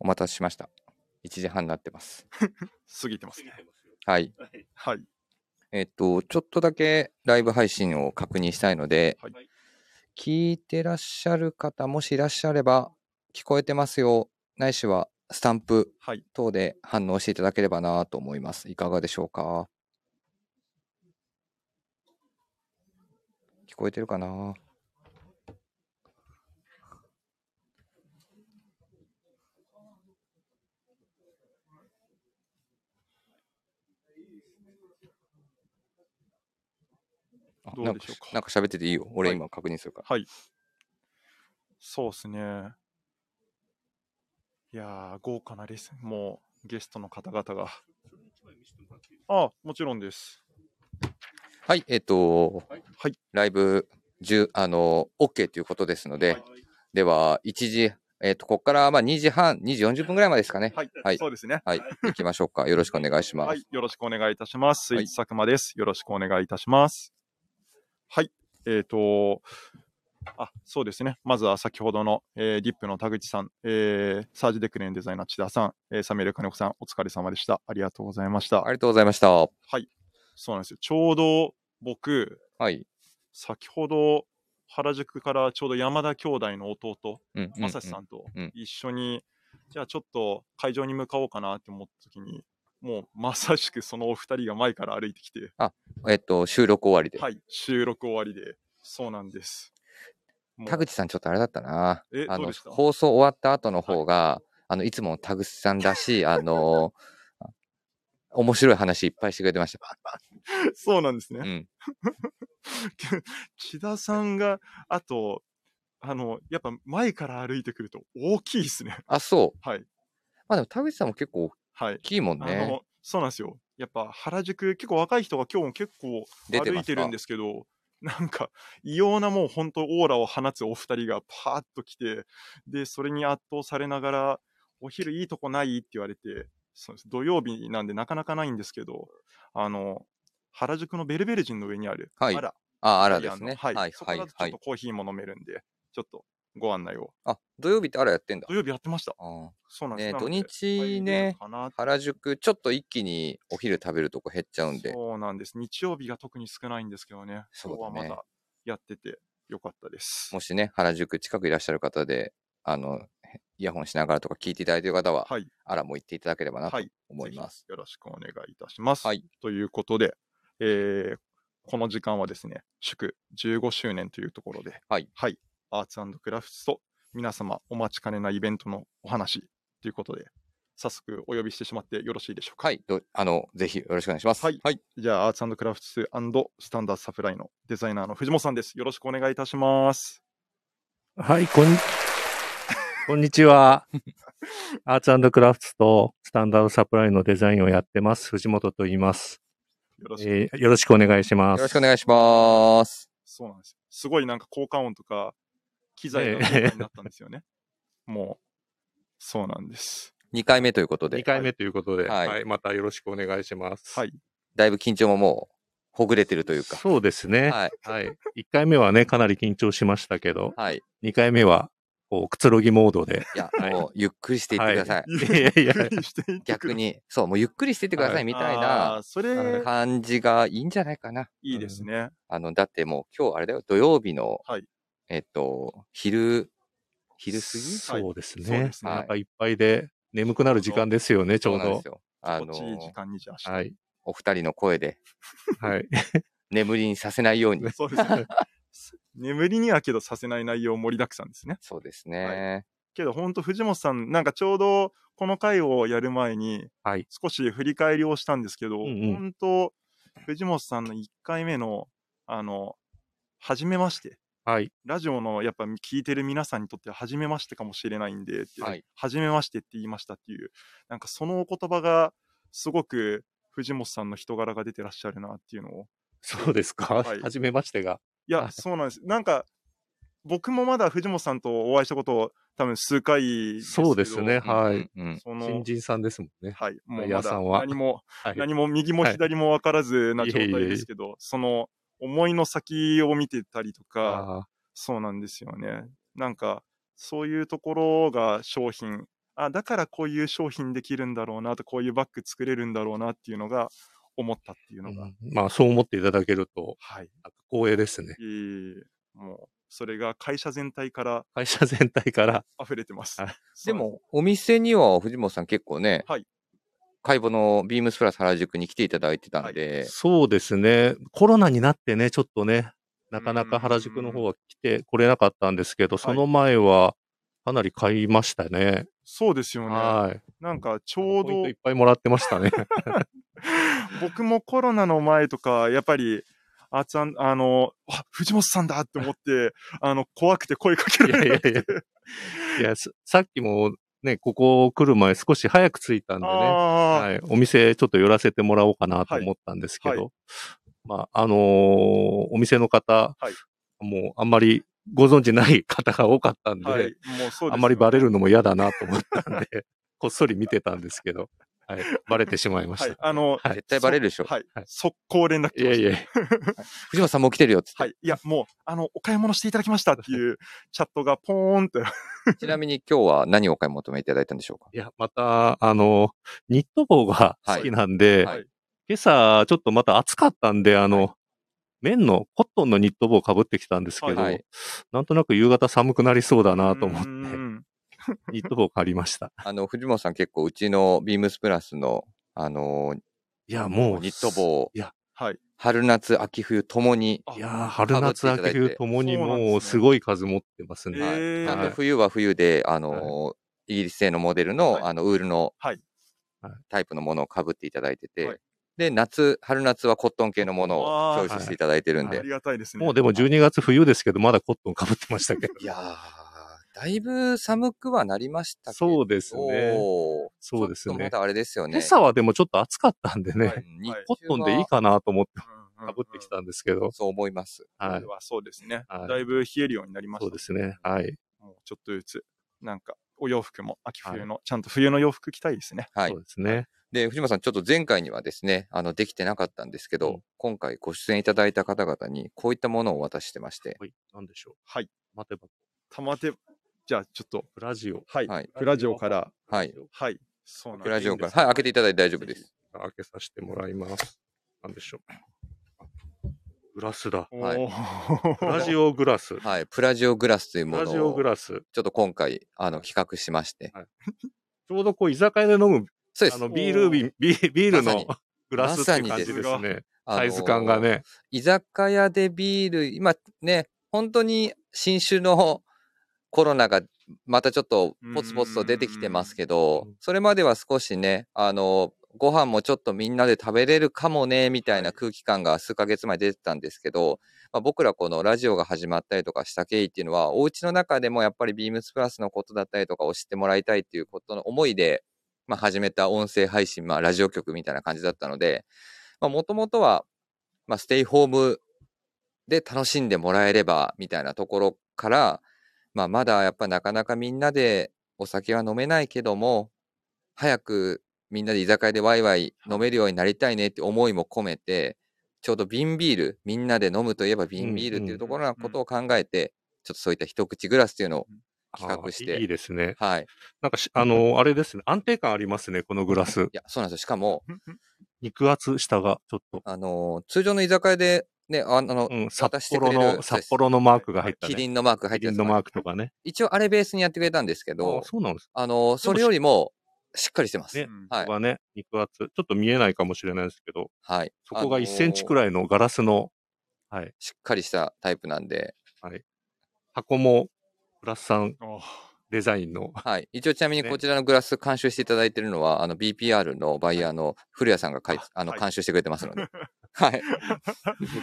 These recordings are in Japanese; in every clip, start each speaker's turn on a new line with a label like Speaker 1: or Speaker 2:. Speaker 1: 待たせしました。1時半になってます。
Speaker 2: 過ぎてますね。
Speaker 1: はい。
Speaker 2: はい。
Speaker 1: えっと、ちょっとだけライブ配信を確認したいので、
Speaker 2: はい
Speaker 1: 聞いてらっしゃる方、もしいらっしゃれば、聞こえてますよ、ないしはスタンプ
Speaker 2: はい。
Speaker 1: 等で反応していただければなと思います。いかがでしょうか聞こえてるかなあ
Speaker 2: どうでし
Speaker 1: な
Speaker 2: ょうか
Speaker 1: んかなんか喋ってていいよ。俺
Speaker 2: はい
Speaker 1: 今確認するから。
Speaker 2: はい。そうですね。いやー、豪華なレッスン、もうゲストの方々が。あもちろんです。
Speaker 1: はい、えっ、と、
Speaker 2: はい
Speaker 1: ライブ10、あの、OK ということですので、では、1時、えっ、と、ここから、まあ、2時半、2時40分ぐらいまでですかね。
Speaker 2: はい。
Speaker 1: はい
Speaker 2: そうですね。
Speaker 1: はい、行きましょうか。よろしくお願いします。
Speaker 2: はい。よろしくお願いいたします。スイ
Speaker 1: は
Speaker 2: ー
Speaker 1: い
Speaker 2: ツ佐久間です。よろしくお願いいたします。はい。えっ、と、あ、そうですね。まずは先ほどの、えーリップの田口さん、えーサージデクレーンデザイナー千田さん、えーサミュエル金子さん、お疲れ様でした。ありがとうございました
Speaker 1: あ。りがとうございました。は
Speaker 2: そうなんですよ。ちょうど僕、
Speaker 1: い。
Speaker 2: 先ほど原宿からちょうど山田兄弟の弟、
Speaker 1: うんう
Speaker 2: 正志さんと
Speaker 1: うん
Speaker 2: 一緒に、じゃあちょっと会場に向かおうかなって思った時に、もうまさしくそのお二人が前から歩いてきて、
Speaker 1: ん。えっ、と、収録終わりで。
Speaker 2: はい、収録終わりで、そうなんです。もう
Speaker 1: 田口さん、ちょっとあれだったな。
Speaker 2: え
Speaker 1: あ
Speaker 2: ど
Speaker 1: の
Speaker 2: うでし、た
Speaker 1: 放送終わった後の方が、あの、いつもの田口さんらしい、 あの、面白い話いっぱいしてくれてました。
Speaker 2: そうなんです
Speaker 1: う
Speaker 2: ね。
Speaker 1: ん。
Speaker 2: 千田さんが、あと、あの、やっぱ前から歩いてくると大きいですね。
Speaker 1: あ、そう。
Speaker 2: はい、
Speaker 1: まあでも、田口さんも結構大
Speaker 2: はい。
Speaker 1: きいもん
Speaker 2: あ
Speaker 1: ね。
Speaker 2: のそうなんですよ。やっぱ原宿、結構若い人が今日も結構
Speaker 1: 出て
Speaker 2: 歩
Speaker 1: ま
Speaker 2: い
Speaker 1: す
Speaker 2: てるんですけど、なんか異様なもう本当オーラを放つお二人がパーッと来て、で、それに圧倒されながら、お昼いいとこないって言われて、そうです土曜日なんでなかなかないんですけど、あの、原宿のベルベル人の上にある、
Speaker 1: はい
Speaker 2: あら、
Speaker 1: あ、あら
Speaker 2: イ
Speaker 1: で
Speaker 2: タリア
Speaker 1: す
Speaker 2: ンの
Speaker 1: ね。
Speaker 2: は、
Speaker 1: はいい、はい
Speaker 2: そこ
Speaker 1: は
Speaker 2: だ
Speaker 1: い
Speaker 2: とちょっとコーヒーも飲めるんで、ちょっとご案内を。
Speaker 1: あ、土曜日ってあらやってんだ。
Speaker 2: 土曜日やってました。
Speaker 1: あ
Speaker 2: そうなんです
Speaker 1: ね
Speaker 2: な
Speaker 1: 土
Speaker 2: ので
Speaker 1: 日ね、
Speaker 2: 入れるかなって
Speaker 1: 原宿、ちょっと一気にお昼食べるとこ減っちゃうんで、
Speaker 2: そうなんです。日曜日が特に少ないんですけどね。
Speaker 1: そうだね
Speaker 2: 今日はまだやっててよかったです。
Speaker 1: もしね、原宿近くいらっしゃる方で、あの、へイヤホンしながらとか聞いていただいている方は、
Speaker 2: はい。
Speaker 1: あらも行っていただければなと
Speaker 2: はい。
Speaker 1: 思います。
Speaker 2: ぜひよろしくお願いいたします。
Speaker 1: はい
Speaker 2: ということで、えーこの時間はですね、祝15周年というところで、
Speaker 1: はい。
Speaker 2: アーツクラフトと皆様お待ちかねないイベントのお話ということで、早速お呼びしてしまってよろしいでしょうか。
Speaker 1: はい、どあの、ぜひよろしくお願いします。
Speaker 2: はいじゃあ、アーツクラフトススタンダードサプライのデザイナーの藤本さんです。よろしくお願いいたします。
Speaker 3: はい、こんに、こんにちは。 アーツクラフトとスタンダードサプライのデザインをやってます。藤本と言います。
Speaker 2: よろしくお願いします
Speaker 3: えーよろしくお願いしま
Speaker 1: よ
Speaker 3: す。
Speaker 1: ろしくお願いします。
Speaker 2: そうなんですよ。すごいなんか効果音とか、機材が
Speaker 3: ええ
Speaker 2: 豪華になったんですよね。もう、そうなんです。
Speaker 1: 2回目ということ
Speaker 3: 2
Speaker 1: で、
Speaker 3: 回目ということで、
Speaker 1: は
Speaker 3: はいい、またよろしくお願いします。
Speaker 2: はい。
Speaker 1: だいぶ緊張ももう、ほぐれてるというか、
Speaker 3: そうですね。
Speaker 1: はい、
Speaker 3: はい。1回目はね、かなり緊張しましたけど、
Speaker 1: はい。
Speaker 3: 2回目は、こう、くつろぎモードで。
Speaker 1: い や、
Speaker 3: はい
Speaker 1: もう、ゆっくりしていってください。
Speaker 3: いやいやいや
Speaker 2: ゆっくりしていってく
Speaker 1: 逆
Speaker 2: れ
Speaker 1: に、そう、もうゆっくりしていってくださ
Speaker 3: はいい
Speaker 1: みたい
Speaker 2: あ
Speaker 1: な
Speaker 2: ーそれ、
Speaker 1: 感じがいいんじゃないかな。
Speaker 2: いいですね。
Speaker 1: あの、だってもう今日あれだよ、土曜日の、
Speaker 2: はい
Speaker 1: えっと、昼、昼過ぎ
Speaker 3: そうです
Speaker 2: そう
Speaker 3: ね
Speaker 2: で。す
Speaker 1: はい
Speaker 2: ね。
Speaker 3: お腹いっぱいで、眠くなる時間ですよね、ち
Speaker 1: そ
Speaker 3: ょ
Speaker 1: う
Speaker 3: う
Speaker 1: なんで
Speaker 3: ど
Speaker 1: す。よ。あ
Speaker 2: 心
Speaker 1: の
Speaker 2: 地いい時、間にじゃあ、
Speaker 3: はい。
Speaker 1: お二人の声で
Speaker 3: はい。
Speaker 1: 眠りにさせないよう に。
Speaker 2: そうですね。眠りにはけどさせない内容盛りだくさんですね。
Speaker 1: そうですね。
Speaker 2: けど本当藤本さん、なんかちょうどこの回をやる前に、
Speaker 3: はい
Speaker 2: 少し振り返りをしたんですけど、
Speaker 3: うんうん
Speaker 2: 本当藤本さんの1回目の、あの、初めまして、
Speaker 3: はい。
Speaker 2: ラジオのやっぱ聞いてる皆さんにとっては初めましてかもしれないんでって、
Speaker 1: はい
Speaker 2: 初めましてって言いましたっていう、なんかそのお言葉がすごく藤本さんの人柄が出てらっしゃるなっていうのを。
Speaker 3: そうですか。は
Speaker 2: はい
Speaker 3: じめましてが。
Speaker 2: いや、そうなんです。なんか僕もまだ藤本さんとお会いしたこと多分数回ですけど
Speaker 3: そうですね。はい。
Speaker 1: うんうん
Speaker 2: そ
Speaker 3: 新
Speaker 2: の、
Speaker 3: 人さんですもんね。
Speaker 2: はい、もう
Speaker 3: 矢
Speaker 2: ま
Speaker 3: さ
Speaker 2: だ
Speaker 3: んは
Speaker 2: 何も、
Speaker 3: はい。
Speaker 2: 何も右も
Speaker 3: はい
Speaker 2: 左も分からずな状態
Speaker 3: いえいえいえ
Speaker 2: ですけど、その思いの先を見てたりとか、
Speaker 3: あ
Speaker 2: そうなんですよね。なんか、そういうところが商品、あ、だからこういう商品できるんだろうなと、こういうバッグ作れるんだろうなっていうのが思ったっていうのが、
Speaker 3: うんまあ、そう思っていただけると、
Speaker 2: はい。
Speaker 3: なんか光栄ですね。
Speaker 2: えーもう、それが会社全体から
Speaker 3: 会社全体から、
Speaker 2: 溢れてます。
Speaker 3: はい
Speaker 1: で
Speaker 2: そうなんす、
Speaker 1: も、お店には藤本さん結構ね、
Speaker 2: はい
Speaker 1: 解剖のビームスプラス原宿に来ていただいてたんで、
Speaker 3: そうですね。コロナになってね、ちょっとね、なかなか原宿の方は来てこれなかったんですけど、その前は、かなり買いましたね。
Speaker 2: そうですよね。
Speaker 3: はい。
Speaker 2: なんか、ちょう
Speaker 3: ポイン
Speaker 2: ど
Speaker 3: トいっ、ぱいもらってまし たね。
Speaker 2: 僕もコロナの前とか、やっぱり、あちゃん、あの、あ、藤本さんだって思って、あの、怖くて声かけ
Speaker 3: い
Speaker 2: ら
Speaker 3: やい
Speaker 2: れ
Speaker 3: や
Speaker 2: ない
Speaker 3: いや。いや、ささっきもね、ここ来る前少し早く着いたんでね、
Speaker 2: あー
Speaker 3: はい、お店ちょっと寄らせてもらおうかなと
Speaker 2: はい
Speaker 3: 思ったんですけど、
Speaker 2: はい
Speaker 3: まあ、あのーお店の方、
Speaker 2: はい
Speaker 3: もうあんまりご存知ない方が多かったんで、
Speaker 2: はい、もうそうですよね
Speaker 3: あんまりバレるのも嫌だなと思ったんで、 こっそり見てたんですけど、はい、バレてしまいまし
Speaker 2: は
Speaker 3: た。
Speaker 2: い、あの、
Speaker 3: はい
Speaker 1: 絶対バレるでしょ。
Speaker 2: はい
Speaker 3: はい、
Speaker 2: 速攻連絡
Speaker 3: いやいや、
Speaker 1: 藤本さんもう来てるよっつって。
Speaker 2: はい。いや、もう、あの、お買い物していただきましたっていうチャットがポーンって。
Speaker 1: ちなみに今日は何をお買い求めいただいたんでしょうか
Speaker 3: いや、また、あの、ニット帽が好きなんで、
Speaker 1: はいはい
Speaker 3: 今朝ちょっとまた暑かったんで、あの、綿のコットンのニット帽をかぶってきたんですけど、
Speaker 1: はい
Speaker 3: なんとなく夕方寒くなりそうだなと思っ
Speaker 2: う
Speaker 3: て、
Speaker 2: ん
Speaker 3: ニット帽を借りました。
Speaker 1: あの、藤本さん結構うちのビームスプラスの、あのー
Speaker 3: いや、もう、
Speaker 1: ニット帽、
Speaker 2: はい。
Speaker 1: 春夏、秋冬ともに、
Speaker 2: あ
Speaker 3: いやー、春夏秋冬ともに
Speaker 2: そうなんですね
Speaker 3: もうすごい数持ってます
Speaker 2: へ
Speaker 3: ね。
Speaker 1: はい
Speaker 2: ー
Speaker 1: ちゃんと冬は冬で、あのーイギリス製のモデルの、
Speaker 2: はい
Speaker 1: あの、ウールの、
Speaker 2: はい
Speaker 1: タイプのものをかぶっていただいてて、
Speaker 2: はい
Speaker 1: で、夏、春夏はコットン系のものをチョイスしていただいてるんで、
Speaker 2: ありがたいですね。
Speaker 3: もうでも12月冬ですけど、まだコットンかぶってましたけ ど。
Speaker 1: いやー、だいぶ寒くはなりましたけど。
Speaker 3: そうですね。
Speaker 1: おー
Speaker 3: そうです
Speaker 1: ちょっとま
Speaker 3: ね。
Speaker 1: だあれですよね。
Speaker 3: 今朝はでもちょっと暑かったんでね、
Speaker 2: は
Speaker 1: う
Speaker 2: い
Speaker 1: ん日中は
Speaker 3: コットンでいいかなと思って
Speaker 2: うんうんう
Speaker 3: か
Speaker 2: ん
Speaker 3: ぶってきたんですけど、
Speaker 1: そう思います。
Speaker 3: は
Speaker 2: こ
Speaker 3: い
Speaker 2: れ。はそうですね、
Speaker 3: はい
Speaker 2: だいぶ冷えるようになりました。
Speaker 3: そうですね。はい。
Speaker 2: もうちょっとずつ、なんか、お洋服も秋冬の、ちゃんと冬の洋服着たいですね。
Speaker 1: はい
Speaker 3: そう。ですね。
Speaker 1: で、藤間さん、ちょっと前回にはですね、あの、できてなかったんですけど、
Speaker 3: うん
Speaker 1: 今回ご出演いただいた方々に、こういったものをお渡ししてまして、
Speaker 3: はい。なんでしょう。
Speaker 2: はい。
Speaker 3: 待てば、
Speaker 2: 玉手、じゃあちょっと、
Speaker 3: プラジオ。
Speaker 2: はい。
Speaker 1: はい。
Speaker 2: プラジオから、
Speaker 1: はい。
Speaker 2: はい。そうなんです
Speaker 1: プラジオから、はい、開けていただいて大丈夫です。
Speaker 3: 開けさせてもらいます。なんでしょう。グラスだ。
Speaker 2: お
Speaker 1: はい
Speaker 2: ー
Speaker 3: プラジオグラス。
Speaker 1: はい。プラジオグラスという
Speaker 3: プ
Speaker 1: も
Speaker 3: ラ
Speaker 1: の
Speaker 3: ジオ
Speaker 1: を、
Speaker 3: グ
Speaker 1: ち
Speaker 3: ラス。
Speaker 1: ょっと今回、あの、企画しまして。
Speaker 3: ちょうどこう、居酒屋で飲む、
Speaker 1: そうで
Speaker 3: あ
Speaker 1: す。
Speaker 3: の、ビール瓶、ビービール
Speaker 1: まさに
Speaker 3: のグラスっていう感じで
Speaker 2: ますさに
Speaker 3: ね。
Speaker 1: あの
Speaker 3: サイズ感が。ね。
Speaker 1: 居酒屋でビール、今ね、本当に新種の コロナがまたちょっとポツポツと出てきてますけ
Speaker 3: う
Speaker 1: ど
Speaker 3: んうんうん、
Speaker 1: それまでは少しね、あの、ご飯もちょっとみんなで食べれるかもね、みたいな空気感が数ヶ月前出てたんですけど、まあ、僕らこのラジオが始まったりとかした経緯っていうのは、お家の中でもやっぱりビームスプラスのことだったりとかを知ってもらいたいっていうことの思いで、まあ、始めた音声配信、まあ、ラジオ局みたいな感じだったので、まあ、もともとは、まあ、ステイホームで楽しんでもらえれば、みたいなところから、まあ、まだやっぱなかなかみんなでお酒は飲めないけども、早くみんなで居酒屋でワイワイ飲めるようになりたいねって思いも込めて、ちょうど瓶ビール、みんなで飲むといえば瓶ビールっていうところのことを考えて、ちょっとそういった一口グラスっていうのを、企画して
Speaker 3: あーいいですね。
Speaker 1: はい。
Speaker 3: なんかし、あの、あれですね。安定感ありますね、このグラス
Speaker 1: い。や、そうなんですよ。しかも、
Speaker 3: 肉厚、下が、ちょっと。
Speaker 1: あのー通常の居酒屋で、ね、ああの、
Speaker 3: うん、札
Speaker 1: 渡してく
Speaker 3: 幌
Speaker 1: れる
Speaker 3: の、札幌のマークが入ったね。
Speaker 1: キリンのマーク入って
Speaker 3: キリ
Speaker 1: る
Speaker 3: ン
Speaker 1: やつ
Speaker 3: のマークとかね。
Speaker 1: 一応あれベースにやってくれたんですけど
Speaker 3: あ、そうなんです
Speaker 1: あの、それよりも、しっかりしてます。
Speaker 3: ね
Speaker 2: うん
Speaker 1: はい
Speaker 3: ここがね、肉厚。ちょっと見えないかもしれないですけど、
Speaker 1: はい。
Speaker 3: そこが1センチく
Speaker 1: い。
Speaker 3: らいのガラスの
Speaker 1: しっかりしたタイプなんで、
Speaker 3: 箱も、プラスさん
Speaker 2: おー
Speaker 3: デザインの、
Speaker 1: はい。一応ちなみに
Speaker 3: ね
Speaker 1: こちらのグラス監修していただいてるのは、あの BPR のバイヤーの古谷さんがかい
Speaker 2: あ
Speaker 1: あの
Speaker 2: はい
Speaker 1: 監修してくれてますので。はい。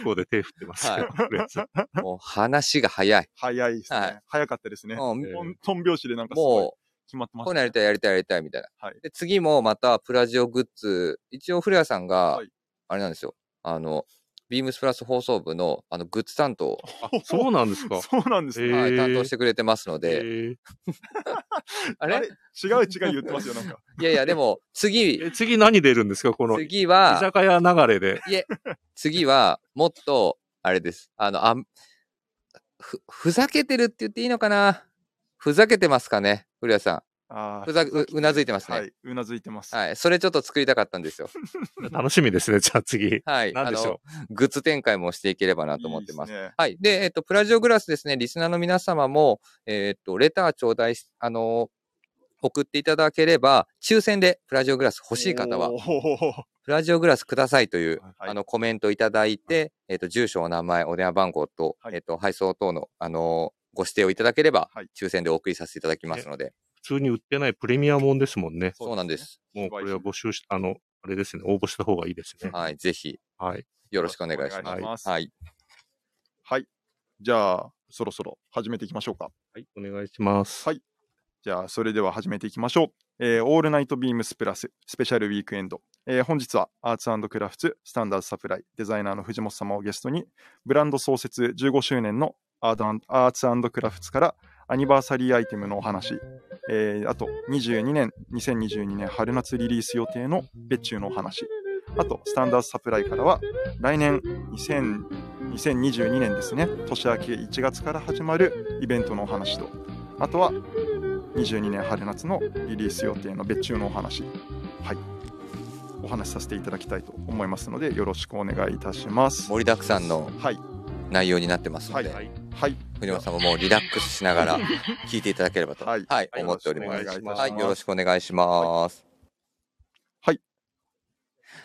Speaker 3: 向こうで手振ってますけど、これ さ
Speaker 1: もう話が早い。
Speaker 2: 早いですね、
Speaker 1: はい
Speaker 2: 早かったですね。
Speaker 1: もう、
Speaker 3: えー
Speaker 2: とんとん拍子でなんかすごい
Speaker 1: もう
Speaker 2: 決まってま
Speaker 1: こういう
Speaker 2: す
Speaker 1: のや
Speaker 2: ね
Speaker 1: り。たい、やりたい、やりたいみたいな。
Speaker 2: はい
Speaker 1: で、次もまたプラジオグッズ、一応古谷さんが、
Speaker 2: はい
Speaker 1: あれなんですよ。あの、ビームスプラス放送部のあのグッズ担当、
Speaker 3: あそうなんですか。
Speaker 2: そうなんですね。
Speaker 3: へー
Speaker 1: はい、担当してくれてますので、
Speaker 3: えー
Speaker 1: あ
Speaker 2: あ
Speaker 1: れ
Speaker 2: れ違う違う言ってますよ、なん か。
Speaker 1: いやいや、でも、次、
Speaker 3: え次何出るんですかこの、居
Speaker 1: 次は、
Speaker 3: 酒屋流れで。
Speaker 1: いえ、次は、もっと、あれです。あの、あんふ、ふざけてるって言っていいのかなふざけてますかね古谷さ
Speaker 2: あー
Speaker 1: うざううなずいてますね
Speaker 2: はい、うなずいてます。
Speaker 1: はい。それちょっと作りたかったんですよ。
Speaker 3: 楽しみですね。じゃあ次。
Speaker 1: はい。
Speaker 3: 何
Speaker 1: あ
Speaker 3: でし
Speaker 1: の
Speaker 3: ょ、
Speaker 1: グッズ展開もしていければないと思ってます。
Speaker 2: いですね
Speaker 1: はい。で、えっと、プラジオグラスですね、リスナーの皆様も、えっと、レター頂戴し、あの、送っていただければ、抽選でプラジオグラス欲しい方は
Speaker 2: お、ー
Speaker 1: プラジオグラスくださいという、
Speaker 2: はい
Speaker 1: あの、コメントいただいて、えっと、住所、お名前、お電話番号と、
Speaker 2: はい
Speaker 1: えっと、配送等の、あの、ご指定をいただければ
Speaker 2: はい、
Speaker 1: 抽選でお送りさせていただきますので、
Speaker 3: 普通に売ってないプレミアもんですもんね。
Speaker 1: そうなんで。す。
Speaker 3: もうこれは募集し、あの、あれですね。応募した方がいいですね。
Speaker 1: はい。ぜひ、
Speaker 3: はい。
Speaker 1: よろしくお願いし
Speaker 2: お願いし
Speaker 1: ま。
Speaker 2: ますす
Speaker 1: はい。
Speaker 2: はい。じゃあ、そろそろ始めていきましょうか。
Speaker 3: はい。お願いします。
Speaker 2: はいじゃあ、それでは始めていきましょう。えーオールナイトビームスプラススペシャルウィークエンド。えー本日はアーツクラフツスタンダードサプライデザイナーの藤本様をゲストにブランド創設15周年のアートアーツクラフツからアニバーサリーアイテムのお話、えーあと22年、2022年春夏リリース予定の別注のお話、あとスタンダードサプライからは来年2000 2022年ですね、年明け1月から始まるイベントのお話と、あとは22年春夏のリリース予定の別注のお話、はい、お話しさせていただきたいと思いますので、よろしくお願いいたします。
Speaker 1: 盛りだくさんの
Speaker 2: はい、
Speaker 1: 内容になってますので、
Speaker 2: はいはい、
Speaker 1: 藤本さんももうリラックスしながら聞いていただければと、は
Speaker 2: はいい、
Speaker 1: 思っております。
Speaker 2: よろしくお願いいたします
Speaker 1: はい、よろしくお願いします。
Speaker 2: はい。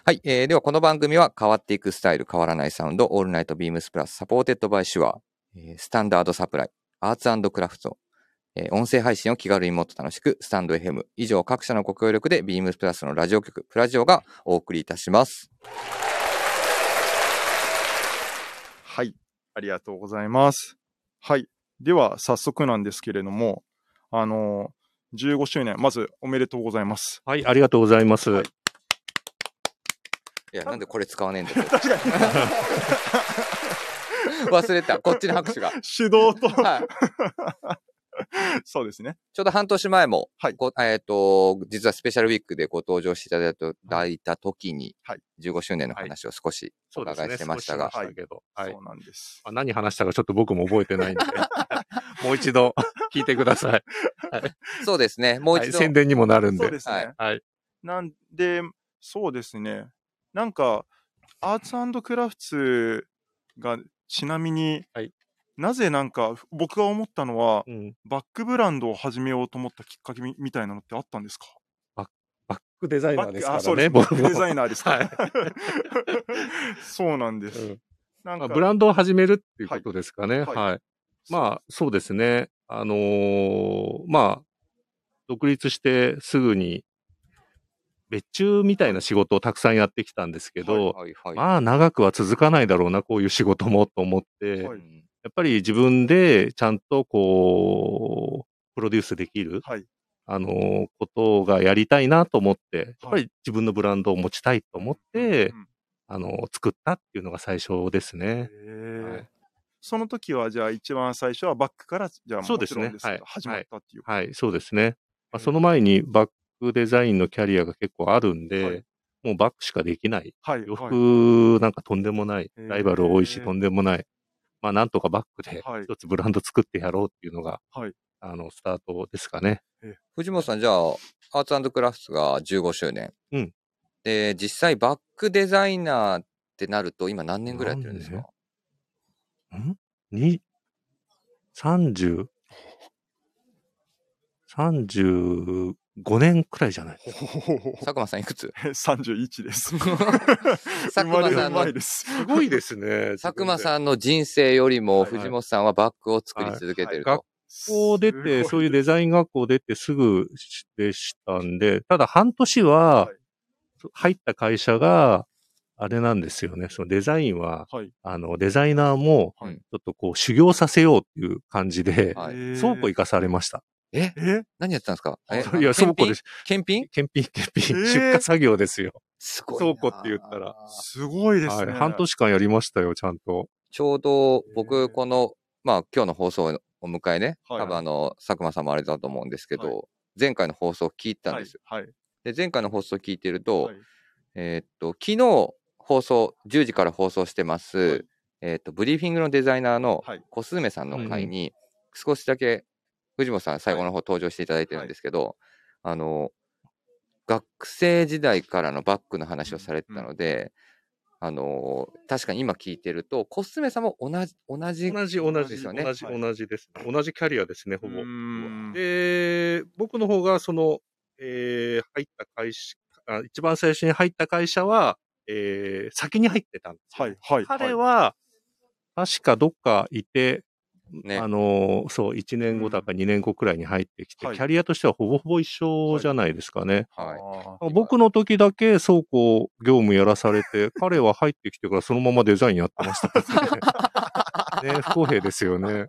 Speaker 1: はい、えーではこの番組は変わっていくスタイル、変わらないサウンド、オールナイトビームスプラス、サポーテッドバイシュア、えースタンダードサプライ、アーツクラフト、えー音声配信を気軽にもっと楽しく、スタンド FM、以上各社のご協力でビームスプラスのラジオ局、プラジオがお送りいたします。
Speaker 2: はい、ありがとうございます。はい、では早速なんですけれども、あのー15周年、まずおめでとうござい ます。
Speaker 3: はい。ありがとうございます。
Speaker 2: はい
Speaker 1: いや、なんでこれ使わねえんだよ。
Speaker 2: 確かに
Speaker 1: 忘れた。こっちの拍手が。
Speaker 2: 手動と、
Speaker 1: はい。
Speaker 2: そうですね。
Speaker 1: ちょうど半年前も、
Speaker 2: はい
Speaker 1: ごえっ、と、実はスペシャルウィークでご登場していただいたいただいた時に、
Speaker 2: はい
Speaker 1: 15周年の話を少し
Speaker 3: そうです
Speaker 1: お伺
Speaker 3: ね。
Speaker 1: いしてましたが
Speaker 3: 少ししましたけど。はい
Speaker 2: そう。なんです。
Speaker 3: まあ何話したかちょっと僕も覚えてないんで、もう一度聞いてください。
Speaker 1: そうですね、もう
Speaker 3: はい、
Speaker 1: 一度、
Speaker 3: 宣伝にもなるん
Speaker 2: そう
Speaker 3: で
Speaker 2: で。すね。
Speaker 1: はい
Speaker 3: はい。
Speaker 2: なんで、そうですね。なんか、アーツクラフツがちなみに、
Speaker 3: はい
Speaker 2: なぜなんか僕が思ったのは
Speaker 3: うん。
Speaker 2: バックブランドを始めようと思ったきっかけみみたいなのってあったんですか
Speaker 3: バックデザイナ
Speaker 2: バッ
Speaker 3: ーで
Speaker 2: ク
Speaker 3: すか
Speaker 2: あそ
Speaker 3: ら
Speaker 2: うです
Speaker 3: ね、
Speaker 2: バッ
Speaker 3: 僕
Speaker 2: ク
Speaker 3: も。
Speaker 2: デザイナーですか、
Speaker 3: はい
Speaker 2: そうなんです。
Speaker 3: うん
Speaker 2: なん
Speaker 3: まあ
Speaker 2: か、
Speaker 3: ブランドを始めるっていうことですかね。は。
Speaker 2: はいい
Speaker 3: まあ、そうですね。あのーまあ、独立してすぐに、別注みたいな仕事をたくさんやってきたんですけど、
Speaker 1: はいはい
Speaker 3: まあ、長くは続かないだろうな、こういう仕事もと思っ
Speaker 2: は
Speaker 3: て、や
Speaker 2: い
Speaker 1: うん
Speaker 3: っぱり自分でちゃんとこう、プロデュースできる、
Speaker 2: はい。
Speaker 3: あのーことがやりたいなと思って、やっぱ
Speaker 2: は
Speaker 3: り自分のブランドを持ちたいと思って、
Speaker 2: うん
Speaker 3: あのー作ったっていうのが最初ですね。
Speaker 2: へえ
Speaker 3: はい
Speaker 2: その時は、じゃあ一番最初はバックから、じゃあ
Speaker 3: そう
Speaker 2: も
Speaker 3: で
Speaker 2: ち
Speaker 3: す
Speaker 2: ろ
Speaker 3: ね
Speaker 2: んですけど、
Speaker 3: はい
Speaker 2: 始まったっていう。
Speaker 3: はい、そうですね。
Speaker 2: う
Speaker 3: まあ、
Speaker 2: ん
Speaker 3: その前にバックデザインのキャリアが結構あるんで、
Speaker 2: はい
Speaker 3: もうバックしかできない。
Speaker 2: はい。
Speaker 3: 洋
Speaker 2: はい
Speaker 3: 服なんかとんでもない。
Speaker 2: へー
Speaker 3: ライバル多いし、とんでもない。まあ、なんとかバックで
Speaker 2: はい
Speaker 3: 一つブランド作ってやろうっていうのが、
Speaker 2: はい
Speaker 3: あの、スタートですかね。
Speaker 1: 藤本さん、じゃあ、アーツクラフトが15周年。
Speaker 3: うん
Speaker 1: で、実際、バックデザイナーってなると、今何年ぐらいやってるんですか
Speaker 3: なんんに、30、35年くらいじゃない
Speaker 2: ほほほ ほ
Speaker 1: 佐久間さんいくつ
Speaker 2: 31です。
Speaker 1: 佐久間さ
Speaker 2: 生まれる
Speaker 1: んの
Speaker 2: 前です。
Speaker 3: すごいですね。
Speaker 1: 佐久間さんの人生よりも、
Speaker 3: はいはい
Speaker 1: 藤本さんはバッグを作り続けてると。
Speaker 3: はい学校出て、そういうデザイン学校出てすぐでしたんで、ただ半年は
Speaker 2: はい、
Speaker 3: 入った会社が、あれなんですよね。そのデザインは、
Speaker 2: はい。
Speaker 3: あの、デザイナーも、ち
Speaker 1: はい
Speaker 3: ょっとこう、修行させようっていう感じで、
Speaker 1: はい
Speaker 3: 倉庫行かされました。
Speaker 1: え
Speaker 2: え
Speaker 1: 何やってたんですかえ
Speaker 3: いや、倉庫で、
Speaker 1: 検品
Speaker 3: 検品、検品、
Speaker 2: えー
Speaker 3: 出荷作業ですよ。
Speaker 1: すごい
Speaker 3: 倉
Speaker 1: な。
Speaker 3: 庫って言ったら。
Speaker 2: すごいですね。
Speaker 3: はい。半年間やりましたよ、ちゃんと。
Speaker 1: ちょうど
Speaker 2: へ
Speaker 1: 僕、
Speaker 2: ー
Speaker 1: この、まあ、今日の放送を迎えね、
Speaker 2: はい
Speaker 1: 多分あの、佐久間さんもあれだと思うんですけど、
Speaker 2: は
Speaker 1: 前回の放送を聞いたんですよ。
Speaker 2: はい。はい
Speaker 1: で、前回の放送を聞いてると、
Speaker 2: はい
Speaker 1: えーっと、昨日放送、10時から放送してます、
Speaker 2: はい
Speaker 1: えーっと、ブリーフィングのデザイナーの
Speaker 2: はい
Speaker 1: コス梅さんの回に、少しだけ、藤本さん最後の方登場していただいてるんですけど、あの、学生時代からのバッグの話をされてたので、あの、確かに今聞いてると、コスメさんも同じ、同じ、
Speaker 3: 同じ、同じ、
Speaker 1: ですよね
Speaker 3: 同じ、
Speaker 2: はい
Speaker 3: 同じです。同じキャリアですね、ほぼ
Speaker 2: う。ん
Speaker 3: で、僕の方が、その、えー入った会社、あ一番最初に入った会社は、えー先に入ってたんですよ
Speaker 2: はい、はい。
Speaker 3: 彼は、確かどっかいて、
Speaker 1: ね
Speaker 3: あのーそう、1年後だか2年後くらいに入ってきて、
Speaker 2: はい
Speaker 3: キャリアとしてはほぼほぼ一緒じゃないですかね。
Speaker 2: はい、
Speaker 1: は
Speaker 2: あー
Speaker 1: い
Speaker 3: 僕の時だけ倉庫業務やらされて、彼は入ってきてからそのままデザインやってましたからね。ね、不公平ですよね。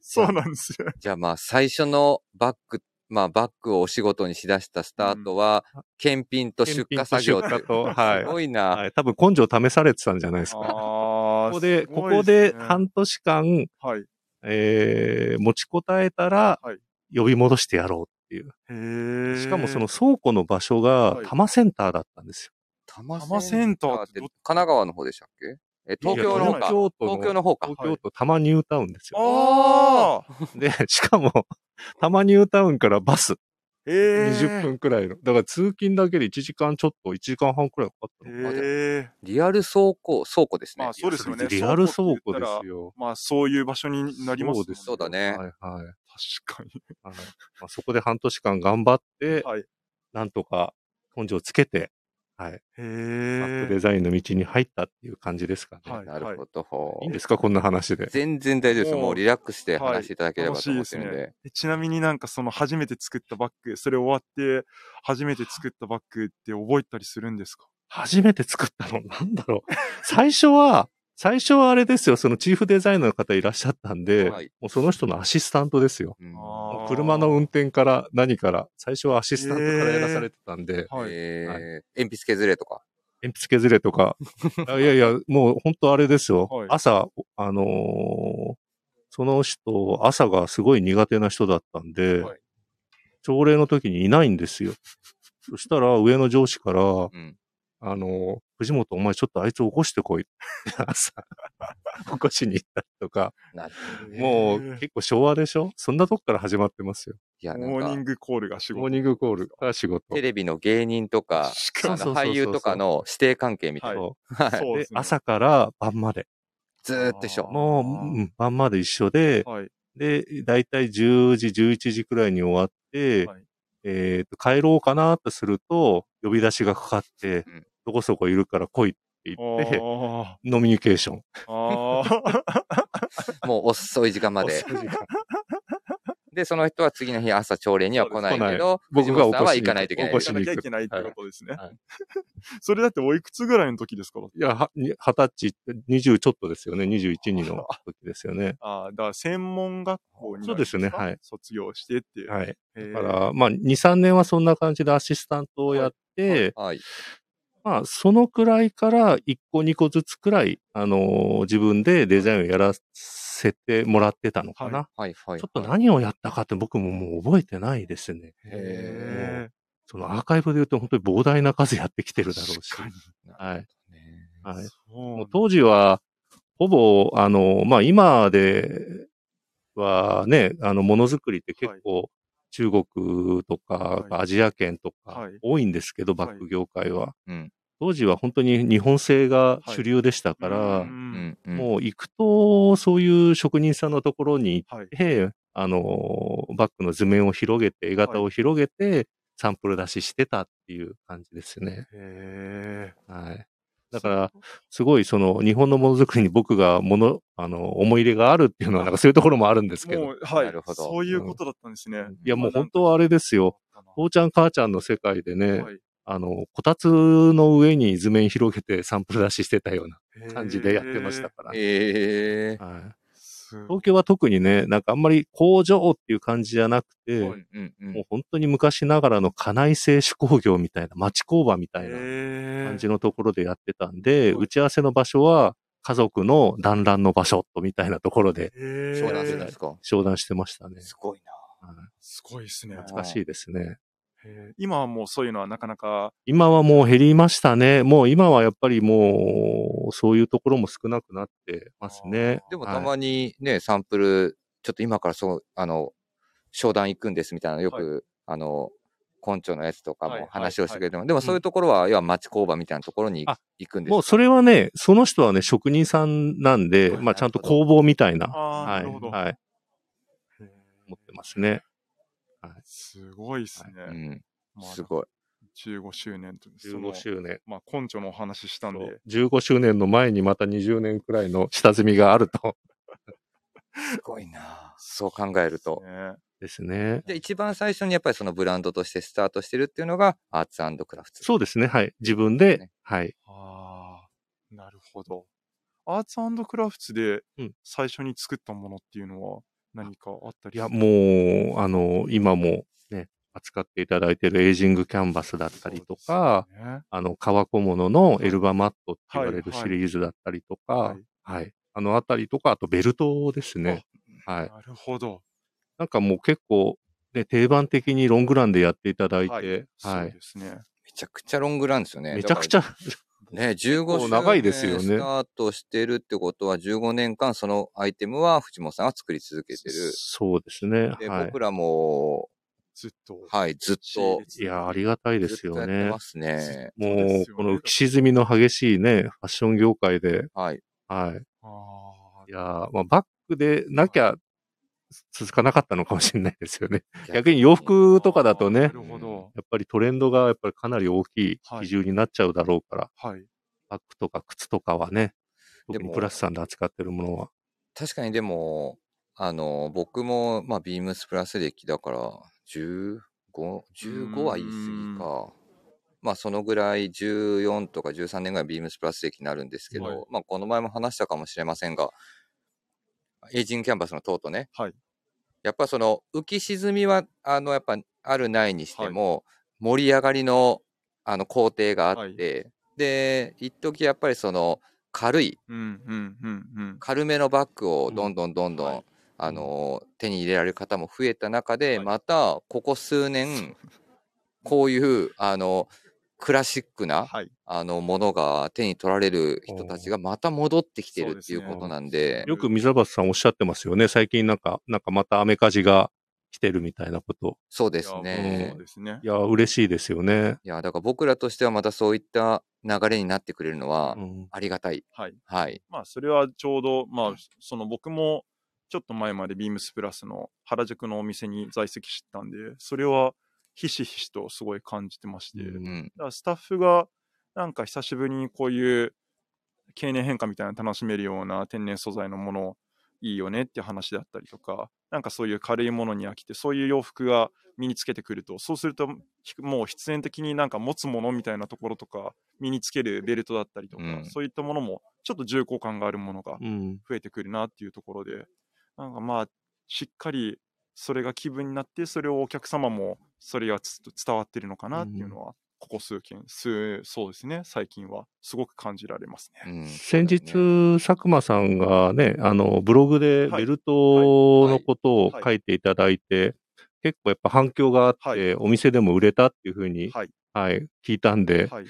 Speaker 2: そうなんですよ。
Speaker 1: い。じゃあまあ、最初のバッグ、まあ、バッグをお仕事にしだしたスタートは、検品と出荷作業
Speaker 3: 検品と出荷と
Speaker 1: すご
Speaker 3: はい
Speaker 1: な。
Speaker 3: い。はい。多分根性試されてたんじゃないですか。
Speaker 2: あ
Speaker 3: こ
Speaker 2: ー
Speaker 3: こです
Speaker 2: ご
Speaker 3: こ
Speaker 2: い
Speaker 3: こ
Speaker 2: す
Speaker 3: で
Speaker 2: ね
Speaker 3: 半年間、
Speaker 2: はい。へ
Speaker 3: えー、持ちこたえたら
Speaker 2: はい、
Speaker 3: 呼び戻してやろうっていう。
Speaker 2: え。
Speaker 3: しかもその、倉庫の場所が
Speaker 2: はい
Speaker 3: 多摩センターだったんですよ。
Speaker 1: 多摩
Speaker 2: 摩センターって
Speaker 1: セ
Speaker 2: ど
Speaker 1: 神奈川の方でしたっけえ、
Speaker 2: や
Speaker 1: 東京の方か。
Speaker 3: 東
Speaker 1: 東
Speaker 3: 京都
Speaker 1: 京
Speaker 3: の
Speaker 1: の方か。
Speaker 3: 東京都多摩ニュータウンですよ。
Speaker 2: ああ
Speaker 3: で、 しかも、多摩ニュータウンからバス
Speaker 2: え
Speaker 3: 20分くらいの。だから通勤だけで1時間ちょっと、1時間半くらいかかったのかな。
Speaker 2: ええ。
Speaker 1: リアル倉庫、倉庫ですね。
Speaker 2: まあそうですよね
Speaker 3: リアル倉庫ですよ。
Speaker 2: まあ、そういう場所になりますもん
Speaker 3: そうです
Speaker 1: そうだね。
Speaker 3: はいはい。
Speaker 2: 確か
Speaker 3: あのまあ、そこで半年間頑張って
Speaker 2: に。、はい。へ
Speaker 3: なんとか根性つけて、はい、バック
Speaker 2: え
Speaker 3: デ。ザインの道に入ったっていう感じですかね。
Speaker 2: はい
Speaker 1: なるほど。
Speaker 3: い、いんですかこんな話で。
Speaker 1: 全然大丈夫です。
Speaker 2: もう
Speaker 1: もうリラックスして話していただければ
Speaker 2: はい
Speaker 1: と思ってるんで。
Speaker 2: 楽えちなみになんかその初めて作ったバッグ、それ終わって初めて作ったバッグって覚えたりするんですか
Speaker 3: 初めて作ったの、なんだろう。最初は、最初はあれですよ、そのチーフデザイナーの方いらっしゃったんで、
Speaker 1: はい
Speaker 3: もうその人のアシスタントですよ。
Speaker 1: うん
Speaker 2: あー
Speaker 3: 車の運転から何から、最初はアシスタントからやらされてたんで、
Speaker 2: はい。
Speaker 1: えー
Speaker 3: はい
Speaker 1: 鉛筆削れとか。
Speaker 3: 鉛筆削れ とか。あいやいや、もう本当あれですよ。
Speaker 2: はい
Speaker 3: 朝、あのーその人、朝がすごい苦手な人だったんで、
Speaker 2: はい
Speaker 3: 朝礼の時にいないんですよ。そしたら上の上司から、
Speaker 1: うん。
Speaker 3: あのー藤本お前ちょっとあいつ起こしてこい って朝、起こしに行ったりとか、
Speaker 1: なるほどね
Speaker 3: もう結構昭和でしょそんなとこから始まってますよ。
Speaker 1: いや、な
Speaker 2: モーニ
Speaker 1: ん
Speaker 2: ン
Speaker 1: か、
Speaker 2: グコールが仕
Speaker 3: モー
Speaker 2: 事。
Speaker 3: ニングコールから仕事。
Speaker 1: テレビの芸人とか、
Speaker 2: し
Speaker 1: あ
Speaker 3: そ
Speaker 1: の
Speaker 3: うそうそうそう
Speaker 1: 俳優とかの指定関係みたいな。
Speaker 3: そ
Speaker 1: は
Speaker 2: そう
Speaker 1: い。
Speaker 3: う
Speaker 2: で
Speaker 3: です
Speaker 2: ね。
Speaker 3: 朝から晩まで。
Speaker 1: ずーっと一緒。
Speaker 3: もう、うん晩まで一緒で、
Speaker 2: はい。
Speaker 3: で、だいたい10時、11時くらいに終わって、
Speaker 2: はい
Speaker 3: えーと、帰ろうかなとすると、呼び出しがかかって、
Speaker 1: うん
Speaker 3: どこそこいるから来いって
Speaker 2: あ
Speaker 3: 言って、
Speaker 2: ー
Speaker 3: ノミニケーション。
Speaker 2: あ ー。
Speaker 1: もう遅い時間まで。で、その人は次の日朝朝礼には来ないけど、
Speaker 3: そうで
Speaker 1: 藤
Speaker 3: す
Speaker 1: 本さんは
Speaker 3: 来ない
Speaker 1: 行かないといけない
Speaker 3: 僕
Speaker 1: です
Speaker 3: が起こ。
Speaker 2: 行かなきゃいけないってことですね
Speaker 3: はいはい。
Speaker 2: それだっておいくつぐらいの時ですか。
Speaker 3: いや、はに20歳、20ちょっとですよね。21人の時ですよね
Speaker 2: ああ、だから専門学校になるんか
Speaker 3: そうですねはい
Speaker 2: 卒業してっていう。
Speaker 3: はい。
Speaker 2: へえ
Speaker 3: だから、まあ、2、3年はそんな感じでアシスタントをやって、
Speaker 1: はい。
Speaker 3: まあ、そのくらいから1個2個ずつくらい、あのー自分でデザインをやらせてもらってたのかな。
Speaker 1: はい、はい。
Speaker 3: ちょっと何をやったかって僕ももう覚えてないですね。
Speaker 2: へえ
Speaker 3: そのアーカイブで言うと本当に膨大な数やってきてるだろうし。
Speaker 2: 確かに
Speaker 3: はい。
Speaker 1: ね
Speaker 3: はい。
Speaker 2: そう
Speaker 3: もう当時は、ほぼ、あの、まあ、今ではね、あの、ものづくりって結構、中国とか、
Speaker 2: はい
Speaker 3: アジア圏と
Speaker 2: は
Speaker 3: か
Speaker 2: い
Speaker 3: 多いんですけど、
Speaker 2: はい
Speaker 3: バック業界は。
Speaker 1: うん
Speaker 3: 当時は本当に日本製が主流でしたから、
Speaker 1: う
Speaker 2: うん
Speaker 1: ん、うん。
Speaker 3: もう行くと、そういう職人さんのところに行っ
Speaker 2: はい。
Speaker 3: で、あの、バッグの図面を広げて、絵型を広げて、サンプル出ししてたっていう感じですね。
Speaker 2: へえ。
Speaker 3: はい。だから、すごいその、日本のものづくりに僕がもの、 あの、思い入れがあるっていうのは、なんかそういうところもあるんですけど。
Speaker 2: もう、はい。
Speaker 1: なるほど
Speaker 2: そういうことだったんですね。
Speaker 3: いや、もう本当はあれですよ。父ちゃん母ちゃんの世界でね、
Speaker 2: はい
Speaker 3: あの、こたつの上に図面広げてサンプル出ししてたような感じでやってました。から。
Speaker 1: ええ
Speaker 3: はい、
Speaker 2: すごい
Speaker 3: 東京は特にね、なんかあんまり工場っていう感じじゃなくて、
Speaker 1: うんうんうん
Speaker 3: もう本当に昔ながらの家内製手工業みたいな、町工場みたいな
Speaker 2: へえ
Speaker 3: 感じのところでやってたんで、
Speaker 2: はい
Speaker 3: 打ち合わせの場所は家族の団らんの場所とみたいなところで
Speaker 2: へえ
Speaker 1: そうなんですか。
Speaker 3: 商談してましたね。
Speaker 1: すごいな。
Speaker 3: はい
Speaker 2: すごいですね。
Speaker 1: 懐
Speaker 3: 懐かしいですね。
Speaker 2: へえ今はもうそういうのはなかなか、
Speaker 3: 今はもう減りましたね。もう今はやっぱりもう、そういうところも少なくなってますね。
Speaker 1: でも
Speaker 3: はい
Speaker 1: たまにね、サンプル、ちょっと今からそう、あの、商談行くんですみたいなのよく、あの、根拠のやつとか
Speaker 2: はい
Speaker 1: も
Speaker 2: はい
Speaker 1: 話をしてくれても、で
Speaker 3: ん
Speaker 1: もそういうところは、要は町工場みたいなところに
Speaker 3: あ
Speaker 1: 行くんです
Speaker 3: もうそれはね、その人はね、職人さんなんで、
Speaker 1: はい
Speaker 3: まあちゃんと
Speaker 1: なるほ
Speaker 3: 工房みたいな、
Speaker 2: あー
Speaker 3: は、
Speaker 2: ないるほど
Speaker 3: はい、
Speaker 2: へー
Speaker 3: 持ってますね。
Speaker 2: すごいですね。
Speaker 1: うん、
Speaker 2: まあ
Speaker 1: すごい。
Speaker 2: 15周年とその
Speaker 3: 15周年。
Speaker 2: まあ、根拠のお話ししたんで、
Speaker 3: 15周年の前にまた20年くらいの下積みがあると。
Speaker 1: すごいなそう考えると。
Speaker 2: ね、
Speaker 3: ですね。
Speaker 1: で、一番最初にやっぱりそのブランドとしてスタートしてるっていうのが、アーツクラフト。
Speaker 3: そうですね。はい。自分で
Speaker 1: ね、
Speaker 3: はい。
Speaker 2: ああ、なるほど。アーツクラフツで
Speaker 3: うん
Speaker 2: 最初に作ったものっていうのは何かあった
Speaker 3: い
Speaker 2: り
Speaker 3: や、
Speaker 2: する
Speaker 3: もう、あの、今もね、扱っていただいているエイジングキャンバスだったりとか、、
Speaker 2: そうですね
Speaker 3: あの、革小物のエルバマットって言われる
Speaker 2: はいはい
Speaker 3: シリーズだったりとか、
Speaker 2: はい
Speaker 3: はい。あのあたりとか、あとベルトですね。はい。
Speaker 2: なるほど。
Speaker 3: なんかもう結構、ね、定番的にロングランでやっていただいて、はい。
Speaker 2: そうですね。
Speaker 1: めちゃくちゃロングランですよね。
Speaker 3: めちゃくちゃ、
Speaker 1: ね、15
Speaker 3: 構
Speaker 1: 周
Speaker 3: 長いですよね
Speaker 1: スタートしてるってことは、15年間そのアイテムは藤本さんが作り続けてる。
Speaker 3: そうですね。
Speaker 1: で、
Speaker 3: はい
Speaker 1: 僕。らも、
Speaker 2: ずっと。
Speaker 1: はい、ずっ
Speaker 2: 仕入
Speaker 1: と
Speaker 2: れ、続けて
Speaker 3: いや、ありがたいで
Speaker 1: ずっ
Speaker 3: す
Speaker 1: と
Speaker 3: よ
Speaker 1: やって
Speaker 3: ね
Speaker 1: ま。すね。
Speaker 2: そう
Speaker 3: も
Speaker 2: で
Speaker 3: う
Speaker 2: す、よ
Speaker 3: こ
Speaker 2: ね
Speaker 3: の浮き沈みの激しいね、ファッション業界で、
Speaker 1: はい。
Speaker 3: はい。
Speaker 2: あ
Speaker 3: いやーまあ、バックでなきゃ続かなかったのかもしれないですよ ね。逆に洋服
Speaker 2: ー
Speaker 3: とかだと
Speaker 2: な
Speaker 3: ね
Speaker 2: るほど。
Speaker 3: やっぱりトレンドがやっぱりかなり大きい
Speaker 2: はい
Speaker 3: 比重になっちゃうだろうから、
Speaker 2: はい。
Speaker 3: バックとか靴とかはね、
Speaker 1: でも
Speaker 3: 特にプラスさんで扱ってるものは。
Speaker 1: 確かにでも、あの、僕も、まあ、ビームスプラス歴だから、15、15は言い過ぎか。まあ、そのぐらい、14とか13年ぐらいビームスプラス歴になるんですけど、
Speaker 2: はい
Speaker 1: まあ、この前も話したかもしれませんが、エイジングキャンバスのトートね。
Speaker 2: はい
Speaker 1: やっぱその、浮き沈みは、あの、やっぱ、あるないにしても、盛り上がりの、あの、工程があって、で、一時やっぱりその、軽い、
Speaker 2: うんうんうん
Speaker 1: 軽めのバッグをどんどんどんどん、
Speaker 2: はい
Speaker 1: あのー手に入れられる方も増えた中で、
Speaker 2: はい
Speaker 1: またここ数年こういうあのクラシック
Speaker 2: うん。
Speaker 1: な
Speaker 2: はい。
Speaker 1: あのものが手に取られる人たちがまた戻ってきて
Speaker 2: そう
Speaker 1: る
Speaker 2: で
Speaker 1: っ
Speaker 2: す
Speaker 1: て
Speaker 2: ね
Speaker 1: いうことなんで
Speaker 3: よく水端さんおっしゃってますよね。最近なんか、なんかまたアメカジが来てるみたいなこと。
Speaker 1: そうです
Speaker 2: いや
Speaker 1: ね
Speaker 2: そうですね
Speaker 3: い。やー、嬉しいですよね。
Speaker 1: いやだから僕らとしてはまたそういった流れになってくれるのは
Speaker 3: うん、
Speaker 1: ありがたい、
Speaker 2: はい。
Speaker 1: はい
Speaker 2: まあ、それはちょうど、まあ、その僕も、ちょっと前までビームスプラスの原宿のお店に在籍してたんで、それはひしひしとすごい感じてまして、
Speaker 3: うん
Speaker 1: う
Speaker 2: だ
Speaker 1: ん、
Speaker 2: からスタッフがなんか久しぶりにこういう経年変化みたいなの楽しめるような天然素材のものいいよねっていう話だったりとか、なんかそういう軽いものに飽きて、そういう洋服が身につけてくると、そうするとひもう必然的になんか持つものみたいなところとか、身につけるベルトだったりとか、
Speaker 1: うん
Speaker 2: そういったものもちょっと重厚感があるものが
Speaker 3: うん。
Speaker 2: 増えてくるなっていうところで、なんかまあ、しっかりそれが気分になって、それをお客様もそれがつ伝わってるのかなっていうのは、ここ数件、数、そうですね、最近はすごく感じられます
Speaker 1: う
Speaker 2: ね。
Speaker 1: ん
Speaker 3: 先日、
Speaker 1: そうだよね
Speaker 3: 佐久間さんがね、あの、ブログで
Speaker 2: はい
Speaker 3: ベルトのことを
Speaker 2: はいはい
Speaker 3: 書いていただいて、結構やっぱ反響があって、
Speaker 2: はい
Speaker 3: お店でも売れたっていうふうに、
Speaker 2: はい、
Speaker 3: はい、聞いたんで、
Speaker 2: はい、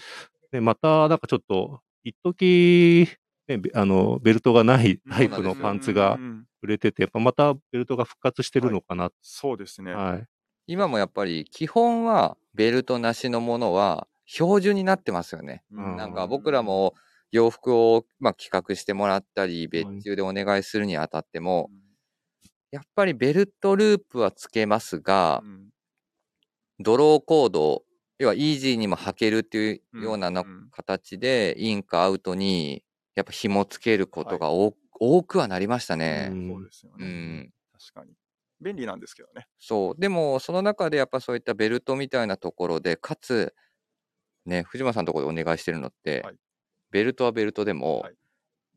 Speaker 3: でまたなんかちょっと、一時、ね、べあの、ベルトがない
Speaker 2: うん
Speaker 3: タイプのパンツが
Speaker 2: うんうん
Speaker 3: 売れてて、やっぱまたベルトが復活してるのかな、
Speaker 2: そうですね。
Speaker 3: はい。
Speaker 1: 今もやっぱり基本はベルトなしのものは標準になってますよね
Speaker 3: うん
Speaker 1: なんか僕ら、も洋服を、まあ、企画してもらったり、別注でお願いするにあたっても、やっぱりベルトループはつけますが
Speaker 2: う、ん
Speaker 1: ドローコード、要はイージーにも履けるってい
Speaker 2: うん
Speaker 1: うようなな
Speaker 2: うん
Speaker 1: 形で、インかアウトに、やっぱ紐つけることが多,、くはなりましたね。
Speaker 3: ん
Speaker 2: そうですよ
Speaker 1: うん。
Speaker 2: ね、確かに。便利なんですけどね。
Speaker 1: そう。でも、その中でやっぱそういったベルトみたいなところで、かつ、ね、藤間さんのところでお願いしてるのって、
Speaker 2: はい
Speaker 1: ベルトはベルトでも、
Speaker 2: はい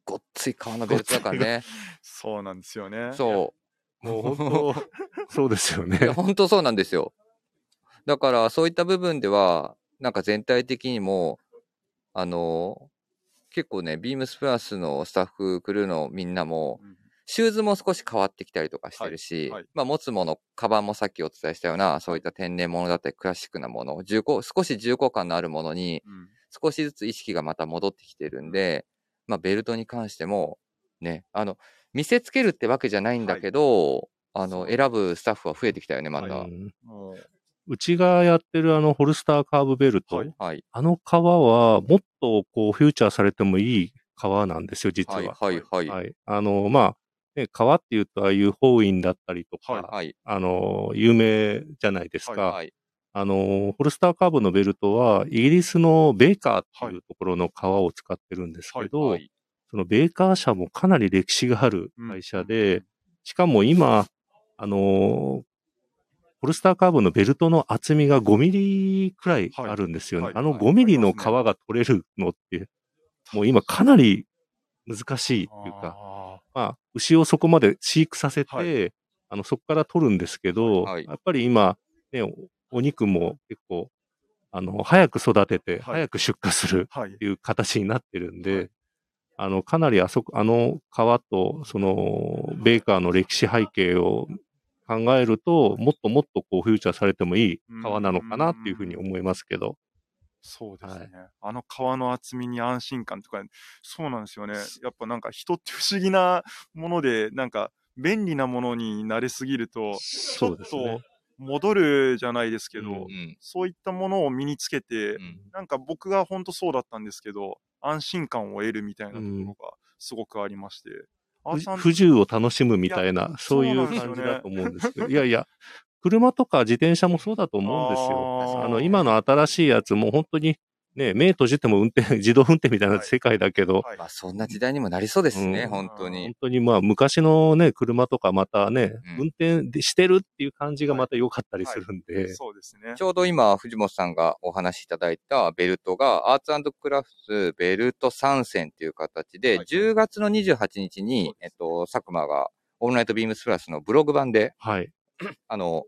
Speaker 1: ごっつい革のベルトだからね。
Speaker 2: そうなんですよね。
Speaker 1: そう。
Speaker 3: もう本当、 そうですよね
Speaker 1: いや。本当そうなんですよ。だからそういった部分ではなんか全体的にもあの結構ねビームスプラスのスタッフクルーのみんなも
Speaker 2: うん。
Speaker 1: シューズも少し変わってきたりとかしてるし、
Speaker 2: はいはい
Speaker 1: まあ、持つものカバンもさっきお伝えしたようなそういった天然物だったりクラシックなもの重厚少し重厚感のあるものに
Speaker 2: うん
Speaker 1: 少しずつ意識がまた戻ってきてるんで、まあ、ベルトに関してもねあの見せつけるってわけじゃないんだけど、あ
Speaker 2: そ
Speaker 1: の
Speaker 2: う
Speaker 1: 選ぶスタッフは増えてきたよねまた。
Speaker 2: は
Speaker 3: うん
Speaker 2: もう
Speaker 3: うちがやってるあのホルスターカーブベルト、
Speaker 2: はい
Speaker 1: はい。
Speaker 3: あの革はもっとこうフューチャーされてもいい革なんですよ、実は。
Speaker 1: はい。はい。はい。はい。
Speaker 3: はいあの、まあ、ね、革っていうとああいう法印だったりとか、
Speaker 2: はい
Speaker 1: はい。
Speaker 3: あの、有名じゃないですか。
Speaker 1: はい。
Speaker 3: あの、ホルスターカーブのベルトはイギリスのベーカーっていうところの革を使ってるんですけど、
Speaker 1: はい。
Speaker 3: そのベーカー社もかなり歴史がある会社で、しかも今、あのーホルスターカーブのベルトの厚みが5ミリくらいあるんですよね。
Speaker 2: はいは
Speaker 3: あ
Speaker 2: い
Speaker 3: の
Speaker 2: はい
Speaker 3: 5ミリの皮が取れるのって、もう今かなり難しいというか、
Speaker 2: あ
Speaker 3: まあ、牛をそこまで飼育させて、
Speaker 2: は
Speaker 3: あの、そこから取るんですけど、
Speaker 1: はい
Speaker 3: やっぱり今、ね、おお肉も結構、あの、早く育てて、
Speaker 2: い
Speaker 3: 早く出荷する
Speaker 2: ーはい
Speaker 3: っ。ていう形になってるんで、
Speaker 2: はい
Speaker 3: あの、かなりあそこ、あの川と、その、ベーカーの歴史背景を考えると、もっともっとこう、フューチャーされてもいい川なのかなっていうふうに思いますけど。
Speaker 2: そうですね、
Speaker 3: はい
Speaker 2: あの皮の厚みに安心感とか、そうなんですよね。やっぱなんか人って不思議なもので、なんか便利なものに慣れすぎると、ち
Speaker 3: そ
Speaker 2: ょっと。戻るじゃないですけど、
Speaker 3: うん
Speaker 1: うん。
Speaker 2: そういったものを身につけて、
Speaker 1: うん
Speaker 2: なんか僕が本当そうだったんですけど、安心感を得るみたいなところがすごくありまして。あー
Speaker 3: 不
Speaker 2: さん
Speaker 3: 不自由を楽しむみたい
Speaker 2: い
Speaker 3: な
Speaker 2: や、
Speaker 3: そういう
Speaker 2: そうなんです
Speaker 3: 感じ
Speaker 2: よね
Speaker 3: だと思うんですけど。いやいや、車とか自転車もそうだと思うんですよ。あの、今の新しいやつも本当に、ね、目閉じても運転、自動運転みたいな世界だけど、
Speaker 2: はい
Speaker 1: まあ、そんな時代にもなりそうですね、
Speaker 3: うん
Speaker 1: 本当
Speaker 3: 本
Speaker 1: に。
Speaker 3: 当にまあ昔のね、車とかまたね、
Speaker 1: うん
Speaker 3: 運転でしてるっていう感じがまた良かったりするんで、
Speaker 2: そうですね
Speaker 1: ち。ょうど今、藤本さんがお話しいただいたベルトが、アーツクラフツベルト参戦という形で、
Speaker 2: はい
Speaker 1: 10月の28日に、えっと、佐久間が、オールナイトビームスプラスのブログ版で、
Speaker 3: はい、
Speaker 1: あの、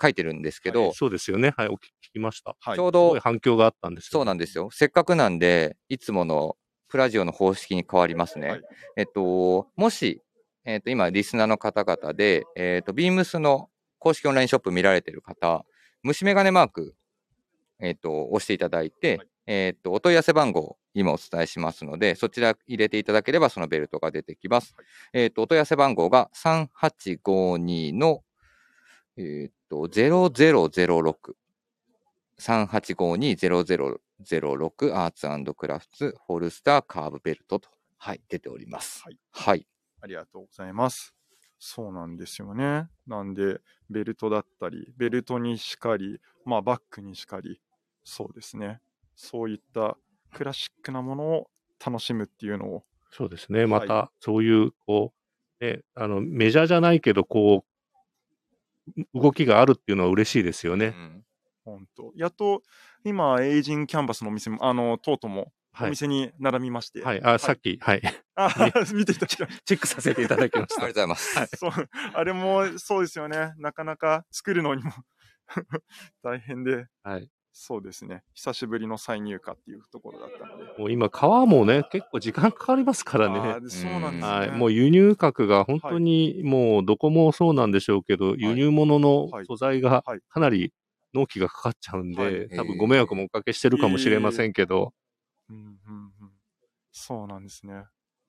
Speaker 1: 書いてるんですけど、
Speaker 3: そうですよね。はい、お聞きました。
Speaker 2: はい
Speaker 1: ちょう
Speaker 3: すご
Speaker 1: ど
Speaker 3: い、反響があったんです
Speaker 1: そうなんんですよ。せっかくなんで、いつものプラジオの方式に変わりますね。
Speaker 2: はい
Speaker 1: えっと、もし、えっと、今、リスナーの方々で、えっと、ビームスの公式オンラインショップ見られてる方、虫眼鏡マーク、えっと、押していただいて、
Speaker 2: はい
Speaker 1: えっと、お問い合わせ番号、今お伝えしますので、そちら入れていただければ、そのベルトが出てきます。えっと、お問い合わせ番号が3852の、えっと、0006。3852-0006アーツクラフツホルスターカーブベルトと、はい、出ております。
Speaker 2: はい
Speaker 1: はい。
Speaker 2: ありがとうございます。そうなんですよね。なんで、ベルトだったり、ベルトにしかり、まあバッグにしかり、そうですね。そういったクラシックなものを楽しむっていうのを、
Speaker 3: そうですね。また、そういう、こう、ね、あの、メジャーじゃないけど、こう、動きがあるっていうのは嬉しいですよ
Speaker 1: う
Speaker 3: ね。
Speaker 1: ん
Speaker 2: 本当やっと、今、エイジンキャンバスのお店も、あの、とうとうも、お
Speaker 3: はい。
Speaker 2: 店に並びまして、
Speaker 3: はい。あ、さっき、はい。
Speaker 2: あ 見ていただきまし
Speaker 3: チェックさせていただきまし
Speaker 1: ありがと
Speaker 3: た
Speaker 1: う。ございます。
Speaker 2: た。そうあれもそうですよね。なかなか作るのにも 大変で、
Speaker 3: はい。
Speaker 2: そうですね。久しぶりの再入荷っていうところだったので。
Speaker 3: もう今、革もね、結構時間かかりますからね。
Speaker 2: あーそうなんですね。
Speaker 3: はい、もう輸入額が本当にもうどこもそうなんでしょうけど、輸入物の
Speaker 2: はい
Speaker 3: 素材が
Speaker 2: はい
Speaker 3: かなり納期がかかっちゃうんで、
Speaker 2: はい
Speaker 3: 多分ご迷惑もおかけしてるかもしれませんけど、
Speaker 2: うんうんうん、そうなんですね。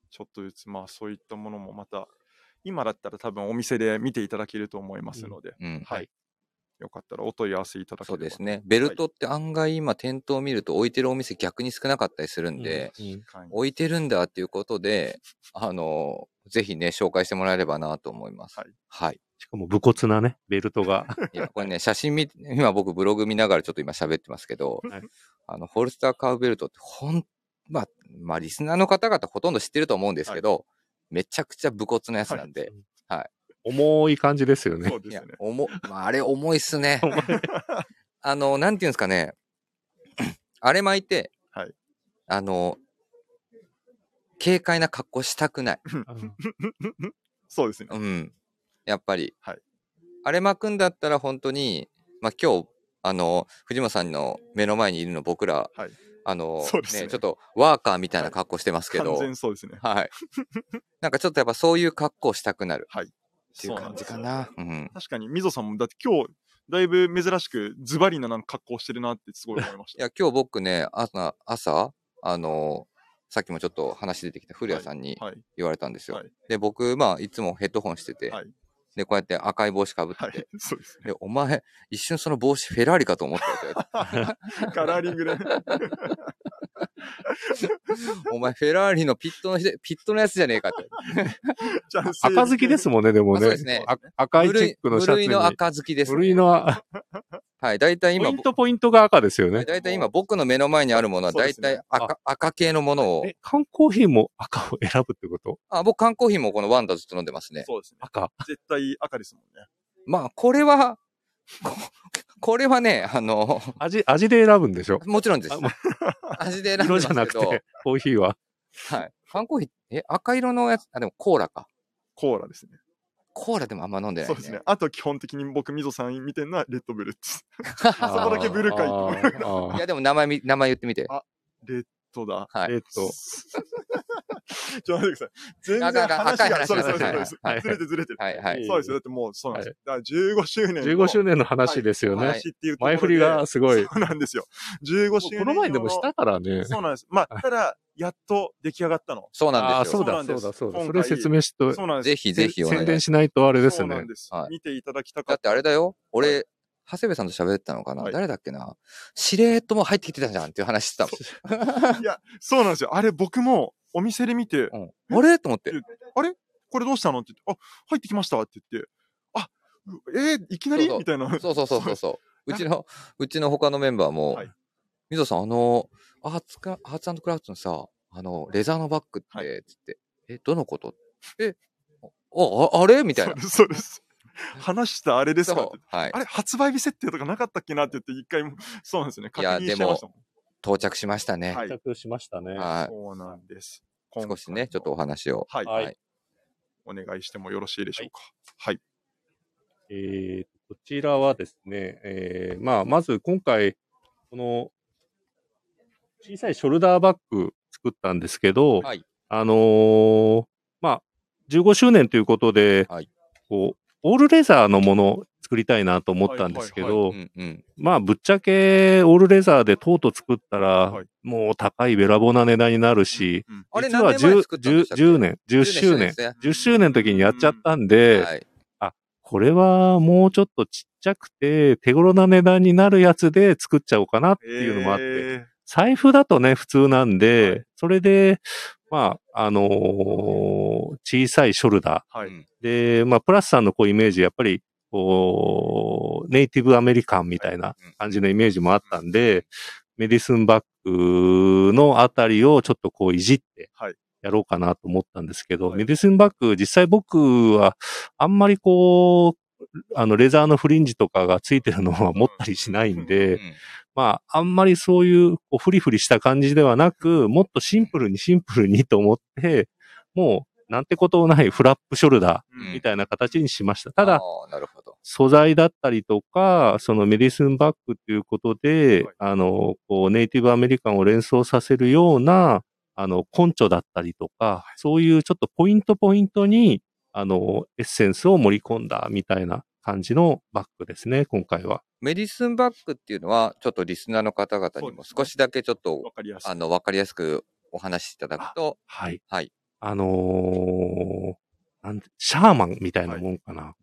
Speaker 2: ちょっとずつ、まあそういったものもまた、今だったら多分お店で見ていただけると思いますので、
Speaker 1: うん、
Speaker 2: はい。よかったらお問い合わせいただけ
Speaker 1: そ
Speaker 2: れ
Speaker 1: う
Speaker 2: ば。
Speaker 1: ですね。ベルトって案外今店頭見ると置いてるお店逆に少なかったりするんで、
Speaker 3: うんうん
Speaker 2: はい。
Speaker 1: 置いてるんだっていうことで、あの、ぜひね、紹介してもらえればなと思います。
Speaker 2: はい
Speaker 1: はい。
Speaker 3: しかも武骨なね、ベルト が。
Speaker 1: いや、これね、写真見、今僕ブログ見ながらちょっと今喋ってますけど、
Speaker 3: はい
Speaker 1: あの、ホルスターカーブベルトってほん、まあ、まあ、リスナーの方々ほとんど知ってると思うんですけど、めちゃくちゃ武骨なやつなんで、
Speaker 3: 重い感じですよね
Speaker 2: そ。う
Speaker 1: い
Speaker 2: です
Speaker 1: や
Speaker 2: ね。、
Speaker 1: 重、まあ、あれ重いっすね。あの、なんていうんですかね、 あれ巻いて、
Speaker 2: はい
Speaker 1: あの、軽快な格好したくない。
Speaker 3: うん
Speaker 2: そうですね。
Speaker 1: うん。やっぱり。
Speaker 2: はい
Speaker 1: あれ巻くんだったら本当に、まあ、今日、あの、藤本さんの目の前にいるの僕ら、
Speaker 2: はい
Speaker 1: あの
Speaker 2: そうですね
Speaker 1: ちょっとワーカーみたいな格好してますけど、
Speaker 2: 完
Speaker 1: はい。
Speaker 2: 全そうですね。
Speaker 1: なんかちょっとやっぱそういう格好したくなるってい
Speaker 2: そううなん
Speaker 1: 感
Speaker 2: で
Speaker 1: じ
Speaker 2: す
Speaker 1: か
Speaker 2: よ。
Speaker 1: な。うん。
Speaker 2: 確かに、みぞさんも、だって今日、だいぶ珍しくズバリななんか格好してるなってすごい思いまし
Speaker 1: い
Speaker 2: た。
Speaker 1: や、今日僕ね、朝、朝、あの、さっきもちょっと話出てきた古谷さんに
Speaker 2: はい。
Speaker 1: 言われたんですよ。
Speaker 2: はい
Speaker 1: で、僕、まあ、いつもヘッドホンしてて、
Speaker 2: はい
Speaker 1: で、こうやって赤い帽子かぶって、
Speaker 2: はい、そうです ね。
Speaker 1: で、お前、一瞬その帽子フェラーリかと思ったよって言わ
Speaker 2: カラーリン グで、
Speaker 1: れ て。お前、フェラーリのピットのひで、ピットのやつじゃねえかって。
Speaker 2: ちゃんと整理
Speaker 3: 赤好きですもんね、でも
Speaker 1: あそう
Speaker 3: ね
Speaker 1: ですね。
Speaker 3: あ赤いチ
Speaker 1: 無
Speaker 3: ェッ
Speaker 1: 類
Speaker 3: クのシャツ
Speaker 1: 無
Speaker 3: に。
Speaker 1: 類の赤好きです、
Speaker 3: 無類の赤
Speaker 1: はい、大体
Speaker 3: ポ
Speaker 1: 今
Speaker 3: イン、トポイントが赤ですよね。
Speaker 1: 大体今僕の目の前にあるものは
Speaker 2: そう
Speaker 1: 大
Speaker 2: ですね
Speaker 1: 体赤,、赤系のものを、
Speaker 3: え、缶コーヒーも赤を選ぶってこと
Speaker 1: あ、僕缶コーヒーもこのワンダずっと飲んでますね。
Speaker 2: そうですね。
Speaker 3: 赤。
Speaker 2: 絶対赤ですもんね。
Speaker 1: まあ、これは、ここれはね、あの、
Speaker 3: 味、味で選ぶんでしょ
Speaker 1: もちろんです
Speaker 3: あも。
Speaker 1: 味 で選んで
Speaker 3: 色
Speaker 1: ま
Speaker 3: じ
Speaker 1: す
Speaker 3: ゃなく
Speaker 1: けど
Speaker 3: て、、コーヒーは。
Speaker 1: はい。缶コーヒー、え、赤色のやつ、あ、でもコーラか。
Speaker 2: コーラですね。
Speaker 1: コーラでもあんま飲んでない、
Speaker 2: そ
Speaker 1: ね。
Speaker 2: うですね。あと基本的に僕、みぞさんみたいなレッドブルです。
Speaker 1: そ
Speaker 3: あー
Speaker 2: こだけブルーかいと思い
Speaker 3: あ
Speaker 1: い
Speaker 3: ー
Speaker 1: や、でも名前み、名前言ってみて。
Speaker 2: あレッドだ。
Speaker 1: は
Speaker 3: あー
Speaker 1: い。
Speaker 3: えっと、
Speaker 2: ちょっと待ってください。全然
Speaker 1: あかんあかん
Speaker 2: 話
Speaker 1: 赤い
Speaker 2: が、
Speaker 1: 話
Speaker 2: そうです、
Speaker 1: が
Speaker 2: そうですそうです
Speaker 1: はいはい
Speaker 2: ずれてずれてる。
Speaker 1: はい、はい。
Speaker 2: そうですよ。だってもうそうなんですよ。だから15周年の。
Speaker 3: 15周年の話ですよ
Speaker 2: の
Speaker 3: ね。
Speaker 2: 話っていうところ
Speaker 3: 前
Speaker 2: で
Speaker 3: 振りがすごい。
Speaker 2: そうなんですよ。15周年。
Speaker 3: この前でもしたからね。
Speaker 2: そうなんです。まあ、ただ、やっと出来上がったの。
Speaker 1: そうな
Speaker 3: あ
Speaker 1: んで
Speaker 3: あ、
Speaker 1: す
Speaker 3: そう
Speaker 1: よ。
Speaker 2: そ
Speaker 3: だ、
Speaker 2: な
Speaker 3: そうう
Speaker 2: ん
Speaker 3: だ、
Speaker 2: です
Speaker 3: そうだ。そ
Speaker 2: 今
Speaker 3: れ
Speaker 2: 回
Speaker 3: 説明しと、
Speaker 2: そうなんで
Speaker 1: ぜ
Speaker 2: す。
Speaker 1: ひぜひお願
Speaker 3: 宣
Speaker 1: いしま
Speaker 3: 伝
Speaker 1: す。
Speaker 3: しないとあれです
Speaker 2: そうな
Speaker 3: ね
Speaker 2: ん。です
Speaker 1: は。い
Speaker 2: 見ていただきたか
Speaker 1: だ
Speaker 2: っ
Speaker 1: ってあれだよ。
Speaker 2: は
Speaker 1: 俺、長谷部さんと喋ってたのかな、
Speaker 2: はい
Speaker 1: 誰だっけなしれーっともう入ってきてたじゃんっていう話してたもん。
Speaker 2: た。いや、そうなんですよ。あれ、僕もお店で見て、
Speaker 1: うん、 あれと思って。
Speaker 2: これどうしたのって言って、あ、入ってきましたって言って、あ、うえーいきな
Speaker 1: そ
Speaker 2: り
Speaker 1: うそう
Speaker 2: みたいな。
Speaker 1: そうそうそうそうそう。う
Speaker 2: なん
Speaker 1: ちの、うちの他のメンバーも、
Speaker 2: はい
Speaker 1: みぞさん、あの、アーツか、アーツクラフトのさ、あの、レザーのバッグって、
Speaker 2: はい
Speaker 1: つって、え、どのことえ、あ、ああれみたい
Speaker 2: そ
Speaker 1: な
Speaker 2: うで。す、そうです。話したあれですかって
Speaker 1: そう。はい
Speaker 2: あ。れ、発売日設定とかなかったっけなって言って、一回も、そうなんですよね。
Speaker 1: い
Speaker 2: 確
Speaker 1: や
Speaker 2: 認しちゃいましたもん。
Speaker 1: 到着しましたね。
Speaker 2: は。
Speaker 1: はい
Speaker 3: 着しましたね
Speaker 1: い。
Speaker 2: そうなんです。
Speaker 1: 少しね、ちょっとお
Speaker 2: 今
Speaker 1: 話を。
Speaker 2: 回の。
Speaker 3: は
Speaker 2: はいい。お願いしてもよろしいでしょうか。はい。
Speaker 3: えーこちらはですね、えーまあ、まず今回、この小さいショルダーバッグ作ったんですけど、
Speaker 1: はい
Speaker 3: あのーまあ、15周年ということで、
Speaker 1: はい
Speaker 3: こうオールレザーのものを作りたいなと思ったんですけど、
Speaker 2: はいは
Speaker 1: う
Speaker 2: い
Speaker 1: んうん。
Speaker 3: まあ、ぶっちゃけ、オールレザーでとうとう作ったら、
Speaker 2: はい
Speaker 3: もう高いべらぼうな値段になるし、
Speaker 2: うん
Speaker 1: あれ
Speaker 3: 実は
Speaker 1: 何年前に作ったんでしたっけ
Speaker 3: 10年、10
Speaker 1: 10
Speaker 3: 周年
Speaker 1: で、すね
Speaker 3: 10周年の時にやっちゃったんで、
Speaker 1: はい。
Speaker 3: これはもうちょっとちっちゃくて、手頃な値段になるやつで作っちゃおうかなっていうのもあって、
Speaker 2: え
Speaker 3: 財布だとね、普通なんで、
Speaker 2: はい
Speaker 3: それで、まあ、あのー小さいショルダ
Speaker 2: ーは
Speaker 1: うん
Speaker 2: い。
Speaker 3: ー。で、まあ、プラスさんのこうイメージ、やっぱり、こう、ネイティブアメリカンみたいな感じのイメージもあったんで、メディスンバッグのあたりをちょっとこういじって
Speaker 2: はい、
Speaker 3: やろうかなと思ったんですけど、
Speaker 2: はい
Speaker 3: メディスンバッグ、実際僕は、あんまりこう、あの、レザーのフリンジとかがついてるのは持ったりしないん
Speaker 1: う
Speaker 3: で、
Speaker 1: ん
Speaker 3: まあ、あんまりそういう、こう、フリフリした感じではなく、もっとシンプルにシンプルにと思って、もう、なんてことないフラップショルダ
Speaker 2: うん
Speaker 3: ーみ
Speaker 1: み
Speaker 3: たいな形にしました。ただ、
Speaker 1: あーなるほど。
Speaker 3: 素材だったりとか、そのメディスンバッグということで、
Speaker 2: はい
Speaker 3: あの、こう、ネイティブアメリカンを連想させるような、あの、根拠だったりとか、そういうちょっとポイントポイントに、あの、エッセンスを盛り込んだみたいな感じのバッグですね、今回は。
Speaker 1: メディスンバッグっていうのは、ちょっとリスナーの方々にも
Speaker 2: そうです
Speaker 1: 少
Speaker 2: ね
Speaker 1: しだけちょっと、
Speaker 2: わかりやすい
Speaker 1: あ。の、わかりやすくお話しいただくと、
Speaker 3: はい。
Speaker 1: はい。
Speaker 3: あのーなんてシャーマンみたいなもんかな。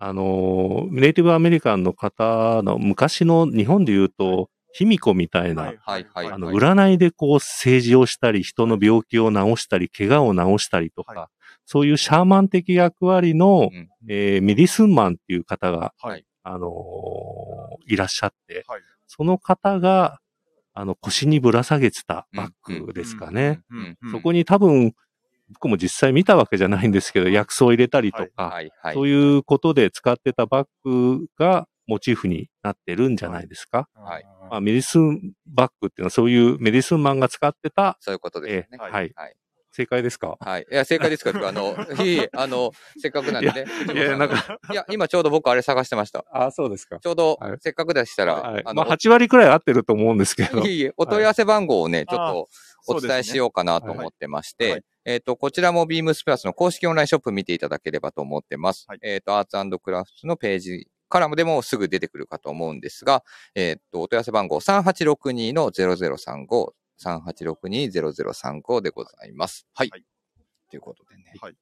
Speaker 3: あのーネイティブアメリカンの方の昔の日本で言うと、卑弥呼みたいな、
Speaker 1: はいはい
Speaker 3: あの、占いでこう、政治をしたり、人の病気を治したり、怪我を治したりとか、
Speaker 2: は
Speaker 3: そういうシャーマン的役割の、
Speaker 1: うん
Speaker 3: えーメディスンマンっていう方が、
Speaker 2: はい
Speaker 3: あのーいらっしゃって、
Speaker 2: はい
Speaker 3: その方が、あの、腰にぶら下げてたバッグですかね。
Speaker 1: うん
Speaker 2: うん
Speaker 3: そこに多分、僕も実際見たわけじゃないんですけど、薬草を入れたりとか、
Speaker 1: はいはい。
Speaker 3: そういうことで使ってたバッグがモチーフになってるんじゃないですか。
Speaker 1: はい
Speaker 3: まあ、メディスンバッグっていうのはそういうメディスンマンが使ってた、
Speaker 1: そういうことですね。
Speaker 2: ええはい
Speaker 3: はい
Speaker 1: はい。
Speaker 3: 正解ですか
Speaker 1: はい。いや、正解ですかあ の、いえいえ、あの、せっかくなんでね。藤本さ
Speaker 3: いやなん
Speaker 1: か。いや、今ちょうど僕あれ探してました。
Speaker 3: あそうですか。
Speaker 1: ちょうど
Speaker 3: はい、
Speaker 1: せっかくでしたら、
Speaker 3: は
Speaker 1: あ
Speaker 3: い。ま
Speaker 1: の、
Speaker 3: あ、8割くらい合ってると思うんですけど
Speaker 1: い。えいえ、お問い合わせ番号をね、ち
Speaker 2: あ
Speaker 1: ょっとお伝えしようかなと思ってまして、
Speaker 2: はいはい
Speaker 1: えっ、と、こちらもビームスプラスの公式オンラインショップ見ていただければと思ってます。
Speaker 2: はい
Speaker 1: えっ、と、アーツクラフトのページからもでもすぐ出てくるかと思うんですが、えっ、と、お問い合わせ番号3862の0035、3862-0035でございます。はい。
Speaker 2: はい
Speaker 1: ということでね。
Speaker 2: はい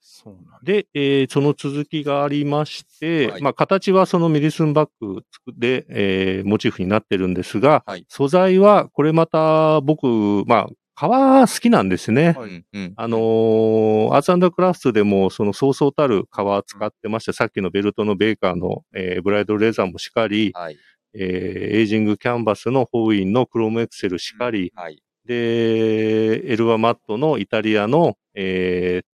Speaker 2: そうなん
Speaker 3: で、えーその続きがありまして、
Speaker 1: はい
Speaker 3: まあ、形はそのミリスンバッグで、えーモチーフになってるんですが、
Speaker 1: はい
Speaker 3: 素材はこれまた僕、まあ、革好きなんですね。
Speaker 2: はい
Speaker 1: うんうん
Speaker 3: あのーアーツクラフトでも、そのそうそうたる革使ってました。さっきのベルトのベーカーの、えーブライドルレザーもしかり、
Speaker 1: はい
Speaker 3: えーエイジングキャンバスのホーインのクロームエクセルしかり、
Speaker 1: はい
Speaker 3: で、エルワマットのイタリアの、えー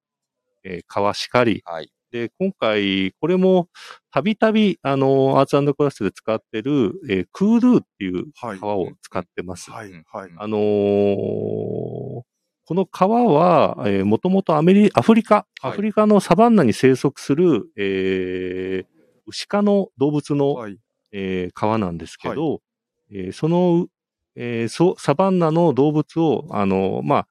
Speaker 3: えー革しかり、
Speaker 1: はい
Speaker 3: で、今回、これも、たびたび、あの、アーツクラスで使ってる、えークールーっていう
Speaker 2: はい。
Speaker 3: 革を使ってます。
Speaker 2: はい
Speaker 1: うん。
Speaker 2: はい。
Speaker 3: あのーこの革は、えー、もともとアメリ、アフリカ、
Speaker 1: は
Speaker 3: ア
Speaker 1: い
Speaker 3: フリカのサバンナに生息する、えー、牛科の動物の、
Speaker 2: はい。
Speaker 3: えー川なんですけど、えーその、えーそうサバンナの動物を、あの、まあ、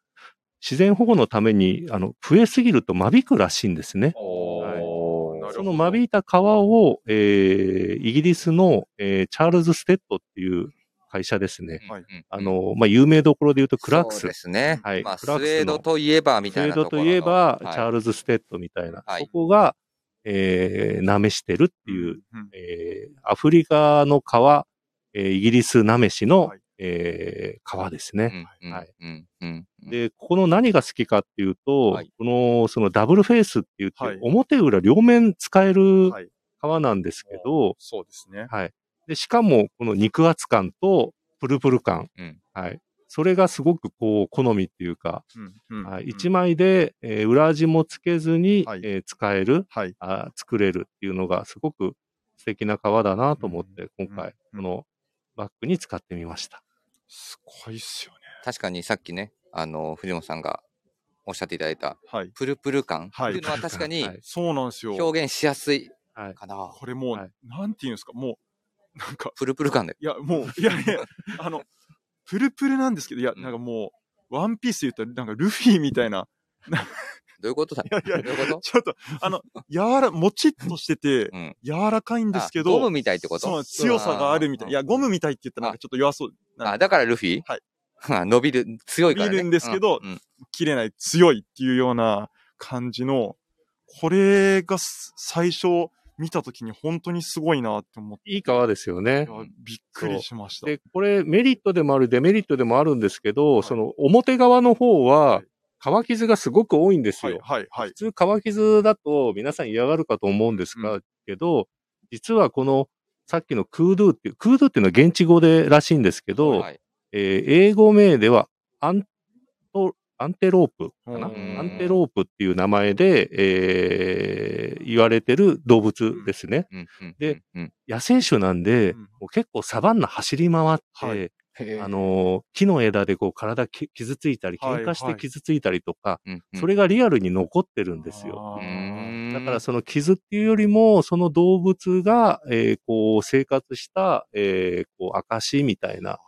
Speaker 3: 自然保護のために、あの、増えすぎると間引くらしいんですね。
Speaker 1: お
Speaker 2: なるほど
Speaker 1: ー
Speaker 3: その間引いた川を、えーイギリスの、えーチャールズ・ステッドっていう会社ですね。
Speaker 2: はい
Speaker 1: うんうん
Speaker 3: あの、まあ、有名どころで言うとクラーク
Speaker 1: そう
Speaker 3: ス
Speaker 1: で。すね。
Speaker 3: はい
Speaker 1: まあ、スウ
Speaker 3: クラークスの
Speaker 1: ェードといえばみ
Speaker 3: スウ
Speaker 1: たい
Speaker 3: ェ
Speaker 1: な
Speaker 3: ー
Speaker 1: と
Speaker 3: ド
Speaker 1: ことろの
Speaker 3: いえば、
Speaker 1: はい
Speaker 3: チャールズ・ステッドみたいな、
Speaker 1: はい
Speaker 3: そこが、えー、なめしてるっていう、
Speaker 2: うん。
Speaker 3: えーアフリカの川、えーイギリスなめしの、
Speaker 2: はい
Speaker 3: えー川ですね。
Speaker 1: うんうん
Speaker 3: はい
Speaker 1: うんうんうん
Speaker 3: で、ここの何が好きかっていうと、
Speaker 1: はい
Speaker 3: この、そのダブルフェイスって言って、
Speaker 2: はい
Speaker 3: 表裏両面使える
Speaker 2: はい。
Speaker 3: 川なんですけど、
Speaker 2: そうですね。
Speaker 3: で、しかも、この肉厚感とプルプル感。
Speaker 1: うん
Speaker 3: はい。それがすごくこう、好みっていうか、
Speaker 2: うん。うん
Speaker 3: はい、1。枚で、えー裏味もつけずに、
Speaker 2: はい
Speaker 3: えー使える
Speaker 2: はい。
Speaker 3: あー、作れるっていうのがすごく素敵な革だなと思って、
Speaker 2: うん
Speaker 3: 今回、
Speaker 2: う
Speaker 3: こ
Speaker 2: ん
Speaker 3: のバッグに使ってみました。
Speaker 2: すごいっすよね。
Speaker 1: 確かにさっきね、あの、藤本さんがおっしゃっていただいた、
Speaker 2: はい。
Speaker 1: プルプル感って
Speaker 2: はい
Speaker 1: いうのは確かに
Speaker 3: はい
Speaker 2: そうなんですよ。
Speaker 1: 表現しやすい
Speaker 3: はい
Speaker 1: かな。
Speaker 2: これもう、
Speaker 3: はい
Speaker 2: なんていうんですか、もう、なんか、
Speaker 1: プルプル感で。
Speaker 2: いや、 もう、いやいや、あの、プルプルなんですけど、いや、
Speaker 1: うん
Speaker 2: なんかもう、ワンピースで言ったら、なんかルフィみたいな、
Speaker 1: どういうことだ
Speaker 2: いやいや
Speaker 1: どういうこと
Speaker 2: ちょっと、あの、柔ら、もちっとしてて
Speaker 1: うん、
Speaker 2: 柔らかいんですけ
Speaker 1: あ
Speaker 2: ど、
Speaker 1: ゴムみたいってこと
Speaker 2: そう強さがあるみたいな。いや、ゴムみたいって言ったら、なんかちょっと弱そう、
Speaker 1: あ、だからルフィ
Speaker 2: はい
Speaker 1: 伸びる、強いからね。
Speaker 2: 伸びるんですけど
Speaker 1: うんうん
Speaker 2: 切れない、強いっていうような感じの、これがす最初見たときに本当にすごいなって思って、
Speaker 3: いい革ですよね
Speaker 2: い。やびっくりしました。
Speaker 3: で、これメリットでもあるデメリットでもあるんですけど、
Speaker 2: はい
Speaker 3: その表側の方
Speaker 2: は、
Speaker 3: はい乾き傷がすごく多いんです
Speaker 2: は
Speaker 3: よ
Speaker 2: い、。はい、はい
Speaker 3: 普。通乾き傷だと皆さん嫌がるかと思うんですが、けど、実はこのさっきのクードゥっていう、クードゥっていうのは現地語でらしいんですけど、
Speaker 1: はい
Speaker 3: えー英語名ではアント、アンテロープかな
Speaker 2: うん
Speaker 3: アンテロープっていう名前で、えー言われてる動物ですね。
Speaker 1: うんうん
Speaker 3: で
Speaker 1: うん
Speaker 3: 野生種なんで、
Speaker 2: うん
Speaker 3: もう結構サバンナ走り回って、
Speaker 2: は
Speaker 1: うん
Speaker 3: あのー、木の枝でこう体き傷ついたり、
Speaker 2: はい
Speaker 3: 喧嘩し
Speaker 2: は
Speaker 3: て
Speaker 2: い
Speaker 3: 傷ついたりとか、
Speaker 1: うんうん
Speaker 3: それがリアルに残ってるんです
Speaker 2: あ
Speaker 3: よ。
Speaker 1: う
Speaker 2: ー
Speaker 1: ーん
Speaker 3: だからその傷っていうよりも、その動物が、えーこう、生活した、えーこう、証みたいなと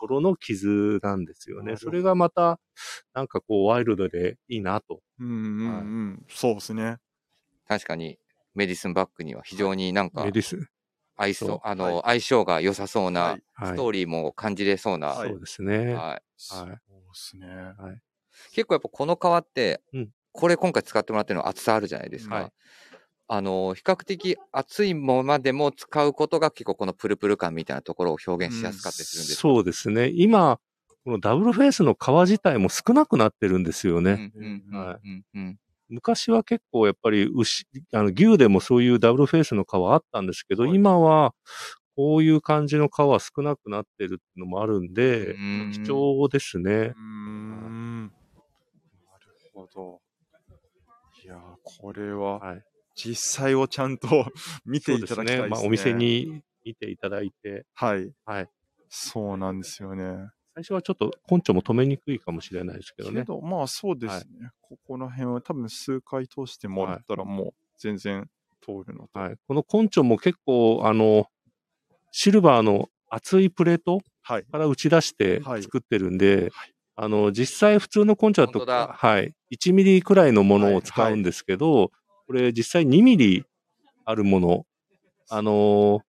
Speaker 3: ころの傷なんですよ
Speaker 2: なる
Speaker 3: ね。
Speaker 2: ほど
Speaker 3: それがまた、なんかこう、ワイルドでいいなと。
Speaker 2: うんうんうん。そうですね。
Speaker 1: 確かに、メディスンバッグには非常になんか
Speaker 3: メディスン。
Speaker 1: 相性
Speaker 3: そう
Speaker 1: あの相性が良さそうな
Speaker 2: はい
Speaker 3: は
Speaker 1: ス
Speaker 3: い。
Speaker 1: トーリーも感じれそうな。
Speaker 2: は
Speaker 1: はいい
Speaker 3: そうですね。
Speaker 2: そうですね。
Speaker 1: 結構やっぱこの革って、
Speaker 3: うん
Speaker 1: これ今回使ってもらってるのは厚さあるじゃないですか。
Speaker 3: はい
Speaker 1: あの比較的厚いままでも使うことが結構このプルプル感みたいなところを表現しやすかったりするんです
Speaker 3: そうですね。今、このダブルフェイスの革自体も少なくなってるんですよね。
Speaker 1: ね。うんうん
Speaker 3: はい
Speaker 1: うんうん
Speaker 3: 昔は結構やっぱり牛、あの牛でもそういうダブルフェイスの皮あったんですけど、
Speaker 2: はい
Speaker 3: 今はこういう感じの皮は少なくなってるっていうのもあるん
Speaker 1: う
Speaker 3: で、
Speaker 1: ん
Speaker 3: 貴重です
Speaker 2: う
Speaker 3: ね
Speaker 2: ー。ん。なるほど。いやー、これは
Speaker 3: はい。
Speaker 2: 実際をちゃんと 見て
Speaker 3: そう
Speaker 2: い
Speaker 3: で
Speaker 2: た
Speaker 3: す
Speaker 2: だきたいですね。
Speaker 3: ね。まあお店。に見ていただいて、
Speaker 2: はい。
Speaker 3: はい。
Speaker 2: そうなんですよね。
Speaker 3: 最初はちょっと根性も止めにくいかもしれないですけど
Speaker 2: け
Speaker 3: ね。
Speaker 2: ど、まあそうですね。
Speaker 3: はい
Speaker 2: ここら辺は多分数回通してもらったらもう全然通るのと。
Speaker 3: はい。この根性も結構、あの、シルバーの厚いプレート
Speaker 2: はい。
Speaker 3: から打ち出して
Speaker 2: はい
Speaker 3: 作ってるんで、
Speaker 2: はい
Speaker 3: あの、実際普通のコンチャー
Speaker 1: 本
Speaker 3: ト
Speaker 1: 当だ
Speaker 3: はい、1ミリくらいのものを使うんですけど、これ実際2ミリあるもの、あのー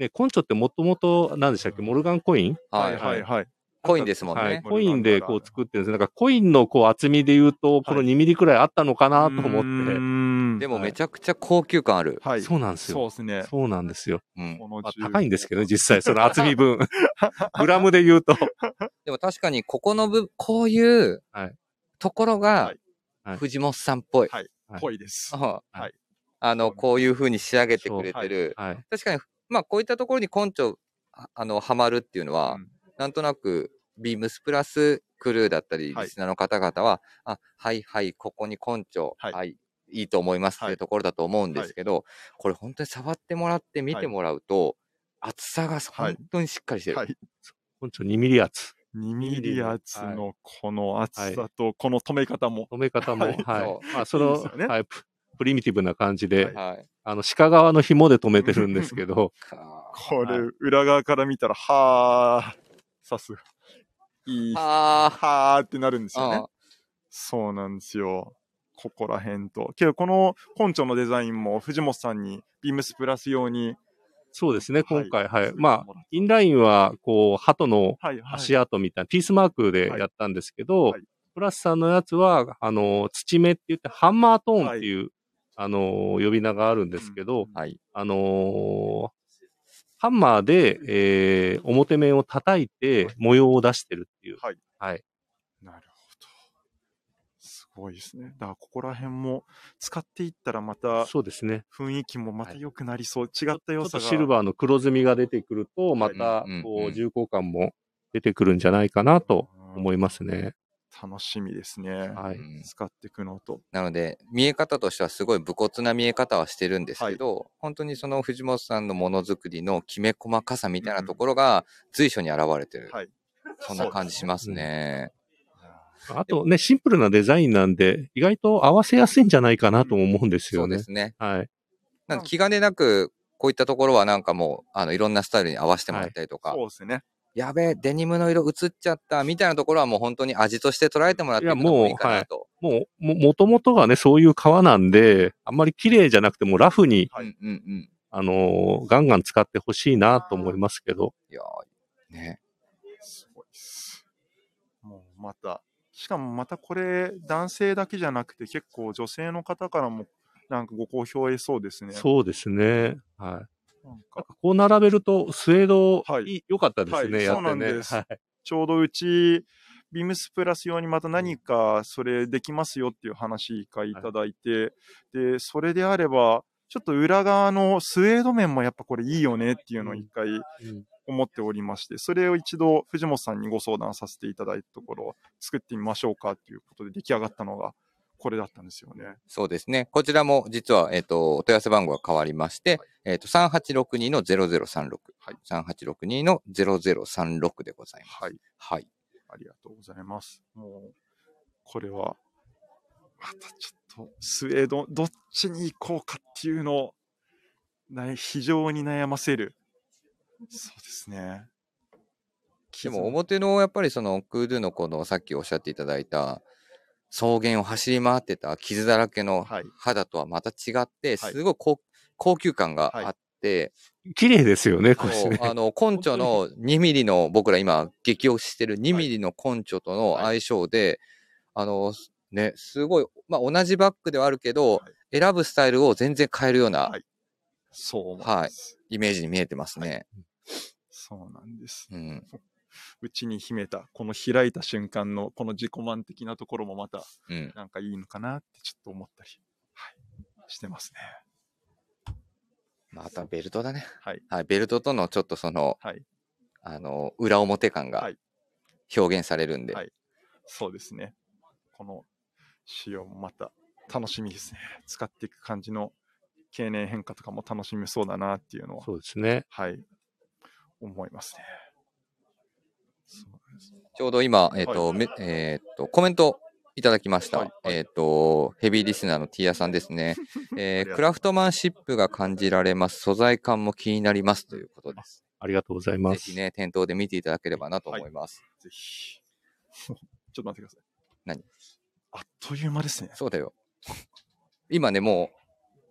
Speaker 3: ね、コンチョってもともと、何でしたっけ、モルガンコイン
Speaker 1: はい
Speaker 2: はいはい。
Speaker 1: コインですもんね。
Speaker 3: はい、コインでこう作ってるんですなんかコインのこう厚みで言うと、この2ミリくらいあったのかなと思って、
Speaker 2: 思
Speaker 1: で
Speaker 2: も、
Speaker 1: もめちゃくちゃ高級感ある。
Speaker 2: はい。
Speaker 3: そうなんです
Speaker 2: そう
Speaker 3: よ。
Speaker 2: ですね。
Speaker 3: そうなんですよ。
Speaker 1: うん、
Speaker 2: この
Speaker 3: まあ
Speaker 2: 中
Speaker 3: 高いんですけどね、実際、その厚み分。グラムで言うと。
Speaker 1: でも確かにここの部、こういう
Speaker 3: はい
Speaker 1: ところ
Speaker 2: は
Speaker 1: が
Speaker 2: い
Speaker 3: はい
Speaker 1: 藤本さんっぽい。
Speaker 3: はい
Speaker 2: ぽいです。
Speaker 1: ああ
Speaker 2: はい
Speaker 1: あの、こういう風に仕上げてくれてる。
Speaker 3: はい。
Speaker 1: 確かに、まあこういったところに根拠、ああの、はまるっていうのは、
Speaker 2: うん
Speaker 1: なんとなく、ビームスプラスクルーだったり、
Speaker 2: はい
Speaker 1: リスナーの方々は、あ、はいはい、ここに根拠、
Speaker 2: はい
Speaker 1: はい、いいと思いますって
Speaker 2: はいいう
Speaker 1: ところだと思うんですけど、これ本当に触ってもらって見てもらうと、厚さが
Speaker 2: はい
Speaker 1: 本当にしっかりしてる。
Speaker 2: はい。
Speaker 3: 本当2ミリ厚。
Speaker 2: 2ミリ厚のこの厚さと、この止め方も。
Speaker 3: 止め 方も、
Speaker 2: は
Speaker 3: はいい。
Speaker 1: そ
Speaker 3: まあ、そ
Speaker 2: いい
Speaker 3: の、
Speaker 2: ですよね
Speaker 3: はい、ププリミティブな感じで、
Speaker 2: はい
Speaker 1: はい。
Speaker 3: あの、鹿側の紐で止めてるんです けど、
Speaker 1: か
Speaker 2: これ、
Speaker 3: は
Speaker 2: 裏側から見たら、はー、さすが。いい。は
Speaker 1: あ
Speaker 2: ーってなるんですよね
Speaker 1: あ。。
Speaker 2: そうなんですよ。ここら辺と。けど、この根拠のデザインも藤本さんに、ビームスプラス用に。
Speaker 3: そうですね、今回、はい。まあ、
Speaker 2: あ、
Speaker 3: インラインは、こう、鳩の
Speaker 2: はい、はい。
Speaker 3: 足跡みたいな、ピースマークでやったんですけど、
Speaker 2: はいはい
Speaker 3: プラスさんのやつは、あの、土目って言って、ハンマートーンっていう、あの、呼び名があるんですけど、
Speaker 2: うん
Speaker 1: はい。
Speaker 3: あのハンマーで、えー表面を叩いて模様を出してるっていう。
Speaker 2: はい。
Speaker 3: はい。
Speaker 2: なるほど。すごいですね。だからここら辺も使っていったらまた
Speaker 3: そうですね。
Speaker 2: 雰囲気もまた良くなりそう。違った
Speaker 3: ちょ
Speaker 2: 良
Speaker 3: っ
Speaker 2: さ
Speaker 3: と
Speaker 2: が。
Speaker 3: シルバーの黒ずみが出てくると、また
Speaker 1: うんうん、
Speaker 3: こ
Speaker 1: うん。
Speaker 3: う、重厚感も出てくるんじゃないかなと思
Speaker 2: い
Speaker 3: いますね。
Speaker 2: 楽しみですね。
Speaker 3: はいう
Speaker 1: ん
Speaker 2: 使っていくのと。
Speaker 1: なので、見え方としてはすごい武骨な見え方はしてるんですけど、本当にその藤本さんのものづくりのきめ細かさみたいなところが随所に現れてる。
Speaker 2: はい
Speaker 1: そんな感じしますね。
Speaker 3: あとね、シンプルなデザインなんで、意外と合わせやすいんじゃないかなと思うんです
Speaker 1: そう
Speaker 3: よ
Speaker 1: で
Speaker 3: ね。
Speaker 1: すね。
Speaker 3: はい。
Speaker 1: なんか気兼ねなく、こういったところはなんかもう、あの、いろんなスタイルに合わせてもらったりとか、
Speaker 2: そうですね。
Speaker 1: やべえ、デニムの色映っちゃったみたいなところはもう本当に味として捉えてもらっていくのもいいかなと。
Speaker 3: もう、も、もともとがね、そういう革なんで、あんまり綺麗じゃなくてもうラフに、
Speaker 2: はい
Speaker 1: うんうんうん。
Speaker 3: あのーガンガン使ってほしいなと思いますけど。
Speaker 1: いやーね。
Speaker 2: すごいです。もうまた。しかもまたこれ、男性だけじゃなくて結構女性の方からもなんかご好評得そうですね。
Speaker 3: そうですね。はい。なん
Speaker 2: なんか
Speaker 3: かこう並べると、スウェード、
Speaker 2: はい
Speaker 3: いい良かったです
Speaker 2: は
Speaker 3: ね、
Speaker 2: い
Speaker 3: やっ
Speaker 2: そ
Speaker 3: て
Speaker 2: うなん
Speaker 3: ね。
Speaker 2: です
Speaker 3: はい。
Speaker 2: ちょうどうち、ビームスプラス用にまた何かそれできますよっていう話一回いただいて、で、それであれば、ちょっと裏側のスウェード面もやっぱこれいいよねっていうのを一回
Speaker 3: うん
Speaker 2: 思っておりまして、それを一度藤本さんにご相談させていただいたところ、作ってみましょうかっていうことで出来上がったのがこれだったんですよね。
Speaker 1: そうですね。こちらも実は、えっ、と、お問い合わせ番号が変わりまして、えっ、と、3862の0036。はい。3862の0036でございます。
Speaker 2: はい。
Speaker 1: はい。
Speaker 2: ありがとうございます。もう、これは、またちょっと、スウェード、どっちに行こうかっていうのを、な非常に悩ませる。そうですね。
Speaker 1: でも、
Speaker 2: っ
Speaker 1: 表の、やっぱりその、クードゥのこの、さっきおっしゃっていただいた、草原を走り回ってた傷だらけの
Speaker 2: はい
Speaker 1: 肌とはまた違って、
Speaker 2: はい
Speaker 1: すごい高高級感があって、
Speaker 3: 綺麗ですよね、これ
Speaker 1: そう
Speaker 3: ね。
Speaker 1: あの、根拠の2ミリの、僕ら今、激推ししてる2
Speaker 2: はい
Speaker 1: ミリの根拠との
Speaker 2: はい
Speaker 1: 相性で、あの、ね、すごい、まあ、同じバッグではあるけど、
Speaker 2: はい
Speaker 1: 選ぶスタイルを全然変えるような
Speaker 2: はいそう思い
Speaker 1: は
Speaker 2: ま
Speaker 1: い
Speaker 2: す。
Speaker 1: イメージに見えてますね。
Speaker 2: そうなんです。
Speaker 1: うん。
Speaker 2: うちに秘めた、この開いた瞬間の、この自己満的なところもまた、
Speaker 1: うん。
Speaker 2: なんかいいのかなってちょっと思ったり、はい、してますね。
Speaker 1: またベルトだね。
Speaker 2: はい。
Speaker 1: はい。ベルトとのちょっとその、
Speaker 2: はい。
Speaker 1: あの、裏表感が
Speaker 2: はい
Speaker 1: 表現されるんで。
Speaker 2: はいそうですね。この仕様もまた楽しみですね。使っていく感じの経年変化とかも楽しめそうだなっていうのは、
Speaker 3: そうですね。
Speaker 2: はい、思いますね。そうなんです
Speaker 1: ちょうど今、えっ、と、めえっ、と、コメントいただきました。
Speaker 2: はいはい
Speaker 1: えっ、と、ヘビーリスナーのティアさんです ね。えークラフトマンシップが感じられます。素材感も気になりますということです。
Speaker 3: ありがとうござい
Speaker 1: ぜ
Speaker 3: ます。
Speaker 1: ひね、店頭で見ていただければなと思います。
Speaker 2: ぜひ。ちょっと待ってください。
Speaker 1: 何
Speaker 2: あっという間ですね。
Speaker 1: そうだよ。今ね、も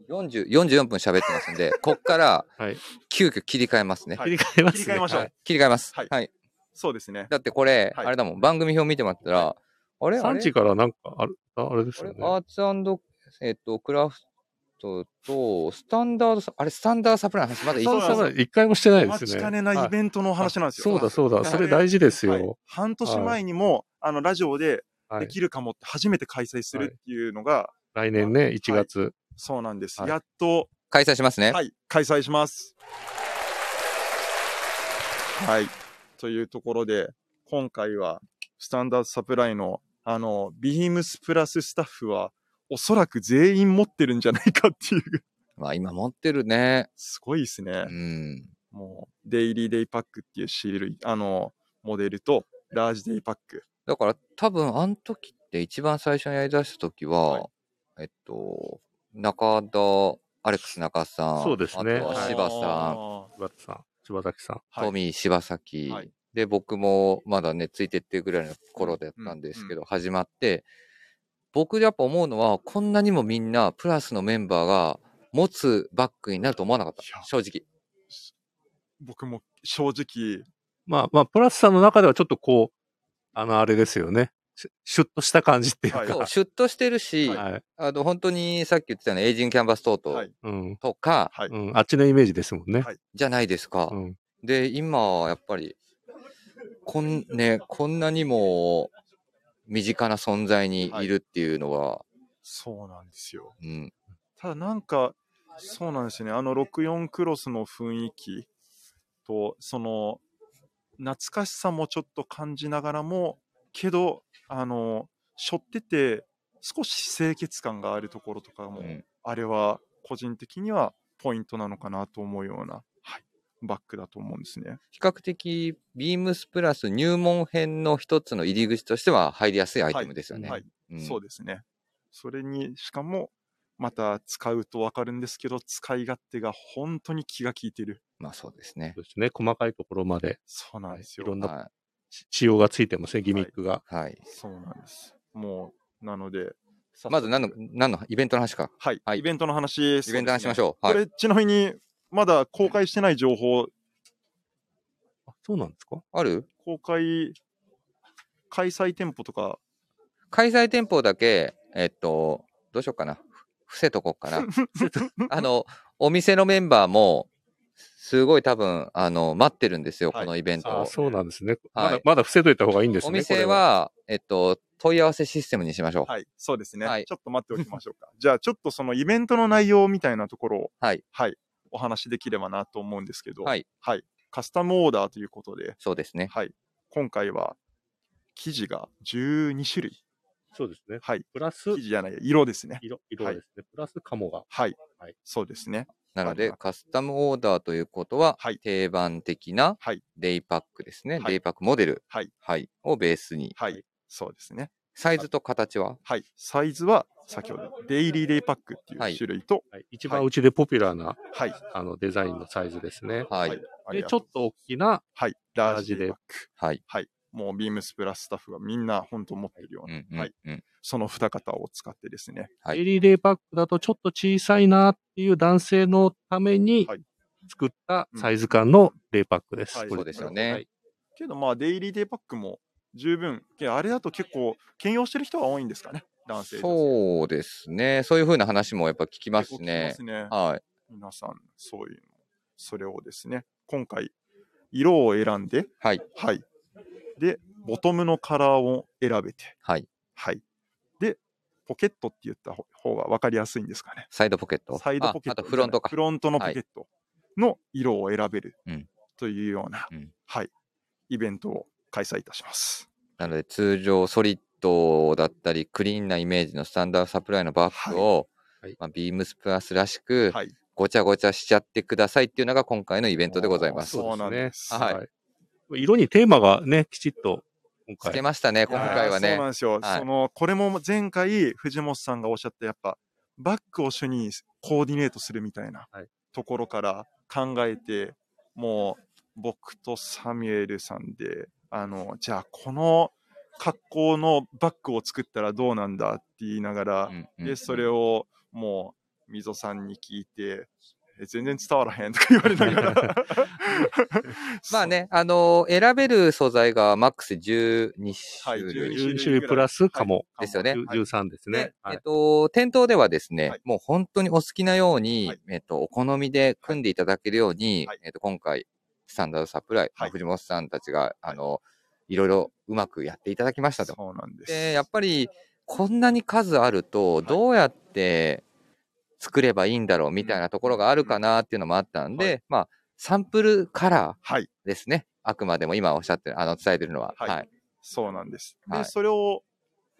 Speaker 1: う40 44分喋ってますん で、こっから
Speaker 3: はい
Speaker 1: 急遽切り替えますね。
Speaker 2: は
Speaker 3: 切り替えます、ね。
Speaker 2: 切り替えましょう
Speaker 1: はい切り替えます。
Speaker 2: はい
Speaker 1: はい。
Speaker 2: そうですね。
Speaker 1: だってこれ、
Speaker 2: はい
Speaker 1: あれだもん、番組表見てもらったら、あれあ
Speaker 3: 産
Speaker 1: れ
Speaker 3: 地からなんかある、ああれです
Speaker 1: こ
Speaker 3: よ
Speaker 1: れ
Speaker 3: ね。
Speaker 1: アーツえっと、クラフトと、スタンダードサ、あれ、スタンダードサプライの話、まだ一
Speaker 2: そう
Speaker 1: 回
Speaker 2: なんです
Speaker 1: も
Speaker 2: よ
Speaker 3: 一回もしてないです
Speaker 2: 待ちか
Speaker 3: ね。
Speaker 2: ねないイベントのお話なんですよ。
Speaker 3: そうだそう
Speaker 2: は
Speaker 3: だ、
Speaker 2: い
Speaker 3: それ大事です
Speaker 2: はい
Speaker 3: よ。
Speaker 2: 半年前にも、あの、ラジオで
Speaker 3: は
Speaker 2: で
Speaker 3: い、
Speaker 2: きるかもって初めて開催するっていうのが、
Speaker 3: 来年ね、1月。
Speaker 2: そうなんです。
Speaker 1: はい
Speaker 2: やっと、
Speaker 1: 開催しますね。
Speaker 2: はい、開催します。はい。というところで、今回は、スタンダードサプライの、あの、ビームスプラススタッフは、おそらく全員持ってるんじゃないかっていう、
Speaker 1: まあ、今持ってるね。
Speaker 2: すごいですね。
Speaker 1: うん。
Speaker 2: もう、デイリーデイパックっていう種類、あの、モデルと、ラージデイパック。
Speaker 1: だから、多分、あの時って、一番最初にやりだした時
Speaker 2: はい
Speaker 1: は、えっと、中田、アレックス中田さん、
Speaker 3: そうですね
Speaker 1: あとは柴さ
Speaker 2: あ
Speaker 3: 柴田さん、柴崎さん。
Speaker 1: ん、
Speaker 2: ー
Speaker 1: トミー柴崎、
Speaker 2: はい
Speaker 1: で、僕もまだね、ついてってぐらいの頃だったんですけど、始まって、僕やっぱ思うのは、こんなにもみんな、プラスのメンバーが、持つバッグになると思わなかっ
Speaker 2: いや
Speaker 1: た、正直。
Speaker 2: 僕も正直、
Speaker 3: まあまあ、プラスさんの中ではちょっとこう、あの、あれですよね。シュシュッとした感じっていうか。
Speaker 2: はい
Speaker 1: そう、シュッとしてるし、
Speaker 3: はい。
Speaker 1: あの、本当にさっき言ってたようなエイジングキャンバス等々
Speaker 2: はい、
Speaker 3: うん。
Speaker 1: とか、
Speaker 2: はい、
Speaker 3: うん、あっちのイメージですもんね。
Speaker 2: はい
Speaker 1: じゃないですか。
Speaker 3: うん。
Speaker 1: で、今はやっぱり、こん、ね、こんなにも身近な存在にいるっていうのは、
Speaker 2: そうなんですよ。
Speaker 1: うん。
Speaker 2: ただなんか、そうなんですよね。あの64クロスの雰囲気と、その、懐かしさもちょっと感じながらも、けど、あの、背負ってて、少し清潔感があるところとかも、
Speaker 1: うん
Speaker 2: あれは個人的にはポイントなのかなと思うような、はい、バッグだと思うんですね。
Speaker 1: 比較的、ビームスプラス入門編の一つの入り口としては入りやすいアイテムですよね。
Speaker 2: はい、
Speaker 1: うん
Speaker 2: そうですね。それに、しかも、また使うとわかるんですけど、使い勝手が本当に気が利いてる。
Speaker 1: まあそうですね
Speaker 3: そ。うですね。細かいところまで、
Speaker 2: そうなん
Speaker 3: はい
Speaker 2: です
Speaker 3: い
Speaker 2: よ。
Speaker 3: ろんな
Speaker 1: は
Speaker 3: し仕様がついてますね、ギミックが。
Speaker 1: い。はい、
Speaker 2: そうなんです。もう、なので、早速
Speaker 1: まず何の、何のイベントの話か。
Speaker 2: はい、
Speaker 1: はい
Speaker 2: イベントの話、
Speaker 1: イベントの話しまし
Speaker 2: ょ
Speaker 1: ょう。
Speaker 2: こ
Speaker 1: はい。
Speaker 2: れ、ちなみに、まだ公開してない情報、
Speaker 3: あそうなんですか
Speaker 1: ある
Speaker 2: 公開、開催店舗とか、
Speaker 1: 開催店舗だけ、えっと、どうしようかな。伏せとこうかな。 あの、お店のメンバーも、すごい多分、あの、待ってるんですよ、
Speaker 2: はい
Speaker 1: このイベント
Speaker 3: あ
Speaker 1: を。
Speaker 3: そうなんですね。
Speaker 1: はい
Speaker 3: まだ、まだ伏せといた方がいいんですね。
Speaker 1: お店
Speaker 3: これは。
Speaker 1: は、えっと、問い合わせシステムにしましょう。
Speaker 2: はい、そうですね、
Speaker 1: はい
Speaker 2: ちょっと待っておきましょうか。 じゃあ、ちょっとそのイベントの内容みたいなところを、
Speaker 1: はい、
Speaker 2: お話しできればなと思うんですけど、
Speaker 1: はい、
Speaker 2: カスタムオーダーということで、
Speaker 1: そうですね。
Speaker 2: はい、今回は、生地が12種類。
Speaker 3: そうですね。
Speaker 2: はい。
Speaker 3: プラス
Speaker 2: 生、地じゃない、色ですね。
Speaker 3: 色、色ですね。プラス、カモが。
Speaker 2: はい。
Speaker 3: はい
Speaker 2: そうですね。
Speaker 1: なの
Speaker 2: はい
Speaker 1: で、
Speaker 2: はい
Speaker 1: カスタムオーダーということは、
Speaker 2: はい
Speaker 1: 定番的な
Speaker 2: はい
Speaker 1: デイパックですね。
Speaker 2: はい
Speaker 1: デイパックモデル、
Speaker 2: はい。
Speaker 1: はい、をベースに。
Speaker 2: はい。そうですね。
Speaker 1: サイズと形は
Speaker 2: はい。サイズは、先ほど、デイリーデイパックっていう
Speaker 1: はい
Speaker 2: 種類と、
Speaker 3: はい、一番うちでポピュラーな、
Speaker 2: はい。
Speaker 3: あのデザインのサイズですね。
Speaker 1: はい。
Speaker 2: あり
Speaker 3: で、
Speaker 2: が
Speaker 3: ちょ
Speaker 2: とう
Speaker 3: っと大きな、
Speaker 2: はい。ラージデイパック。
Speaker 1: はい。
Speaker 2: もう、ビームスプラススタッフがみんな本当持ってるよう
Speaker 1: う
Speaker 2: な、
Speaker 1: んうん
Speaker 2: はい
Speaker 1: うん
Speaker 2: その二方を使ってですね。
Speaker 1: はい
Speaker 3: デイリーデイパックだとちょっと小さいなっていう男性のために
Speaker 2: はい
Speaker 3: 作ったサイズ感のデイパックです。
Speaker 2: はい
Speaker 3: これ
Speaker 1: そうですよね
Speaker 3: はい
Speaker 2: けど、まあ、デイリーデイパックも十分、けどあれだと結構、兼用してる人が多いんですかね。男性う
Speaker 1: そうですね。そういうふうな話もやっぱ聞きます
Speaker 2: ま
Speaker 1: ね
Speaker 2: す。ね。
Speaker 1: はい。
Speaker 2: 皆さん、そういうの。それをですね、今回、色を選んで、
Speaker 1: はい。
Speaker 2: はい。で、ボトムのカラーを選べて、
Speaker 1: はい。
Speaker 2: はい。で、ポケットって言った方方が分かりやすいんですかね。
Speaker 1: サイドポケット。
Speaker 2: サイドポケット。
Speaker 1: ああとフロントか
Speaker 2: フ。ロントのポケットの色を選べる
Speaker 1: うん
Speaker 2: というような、
Speaker 1: うん
Speaker 2: はい。イベントを開催いたします。
Speaker 1: なので通常ソリッドだったりクリーンなイメージのスタンダードサプライのバッグを、
Speaker 3: はいはい
Speaker 1: まあ、ビームスプラスらしく
Speaker 2: はい。
Speaker 1: ごちゃごちゃしちゃってくださいっていうのが今回のイベントでございます。
Speaker 2: そうなんです。
Speaker 1: はい
Speaker 3: い。色にテーマがね、きちっと今
Speaker 1: つけ
Speaker 3: 回。
Speaker 1: ましたね、今回はい
Speaker 2: やーそう
Speaker 1: ね
Speaker 2: なん。ですよ。
Speaker 1: はい
Speaker 2: その、これも前回、藤本さんがおっしゃった、やっぱ、バッグを主にコーディネートするみたいな
Speaker 3: はい
Speaker 2: ところから考えて、もう、僕とサミュエルさんで、あの、じゃあ、この格好のバッグを作ったらどうなんだって言いながら、
Speaker 1: うんうんうん。
Speaker 2: で、それをもう、溝さんに聞いて、え全然伝わらへんとか言われながら
Speaker 1: まあ ね、あのー選べる素材がマックス12
Speaker 2: はい
Speaker 1: 種類
Speaker 2: 12
Speaker 3: 10種類プラスカモ
Speaker 2: はい。
Speaker 1: ですよね
Speaker 2: はい
Speaker 3: 13です
Speaker 1: で
Speaker 3: ね。は
Speaker 1: え
Speaker 3: い
Speaker 1: っと、店頭ではですね、
Speaker 2: はい
Speaker 1: もう本当にお好きなように、
Speaker 2: はい
Speaker 1: えっと、お好みで組んでいただけるように、
Speaker 2: はい
Speaker 1: えっと、今回、スタンダードサプライ、
Speaker 2: はい
Speaker 1: 藤本さんたちが、あの、いろいろうまくやっていただきましたと。
Speaker 2: そうなんです。
Speaker 1: で、やっぱり、こんなに数あると、どうやって作ればいいんだろうみたいなところがあるかなっていうのもあったんで、
Speaker 2: は
Speaker 1: まあ、サンプルカラ
Speaker 2: はい、
Speaker 1: ーですね。あくまでも今おっしゃってる、あの、伝えてるのは。は。
Speaker 2: はいいそうなんです。で、
Speaker 1: はい
Speaker 2: それを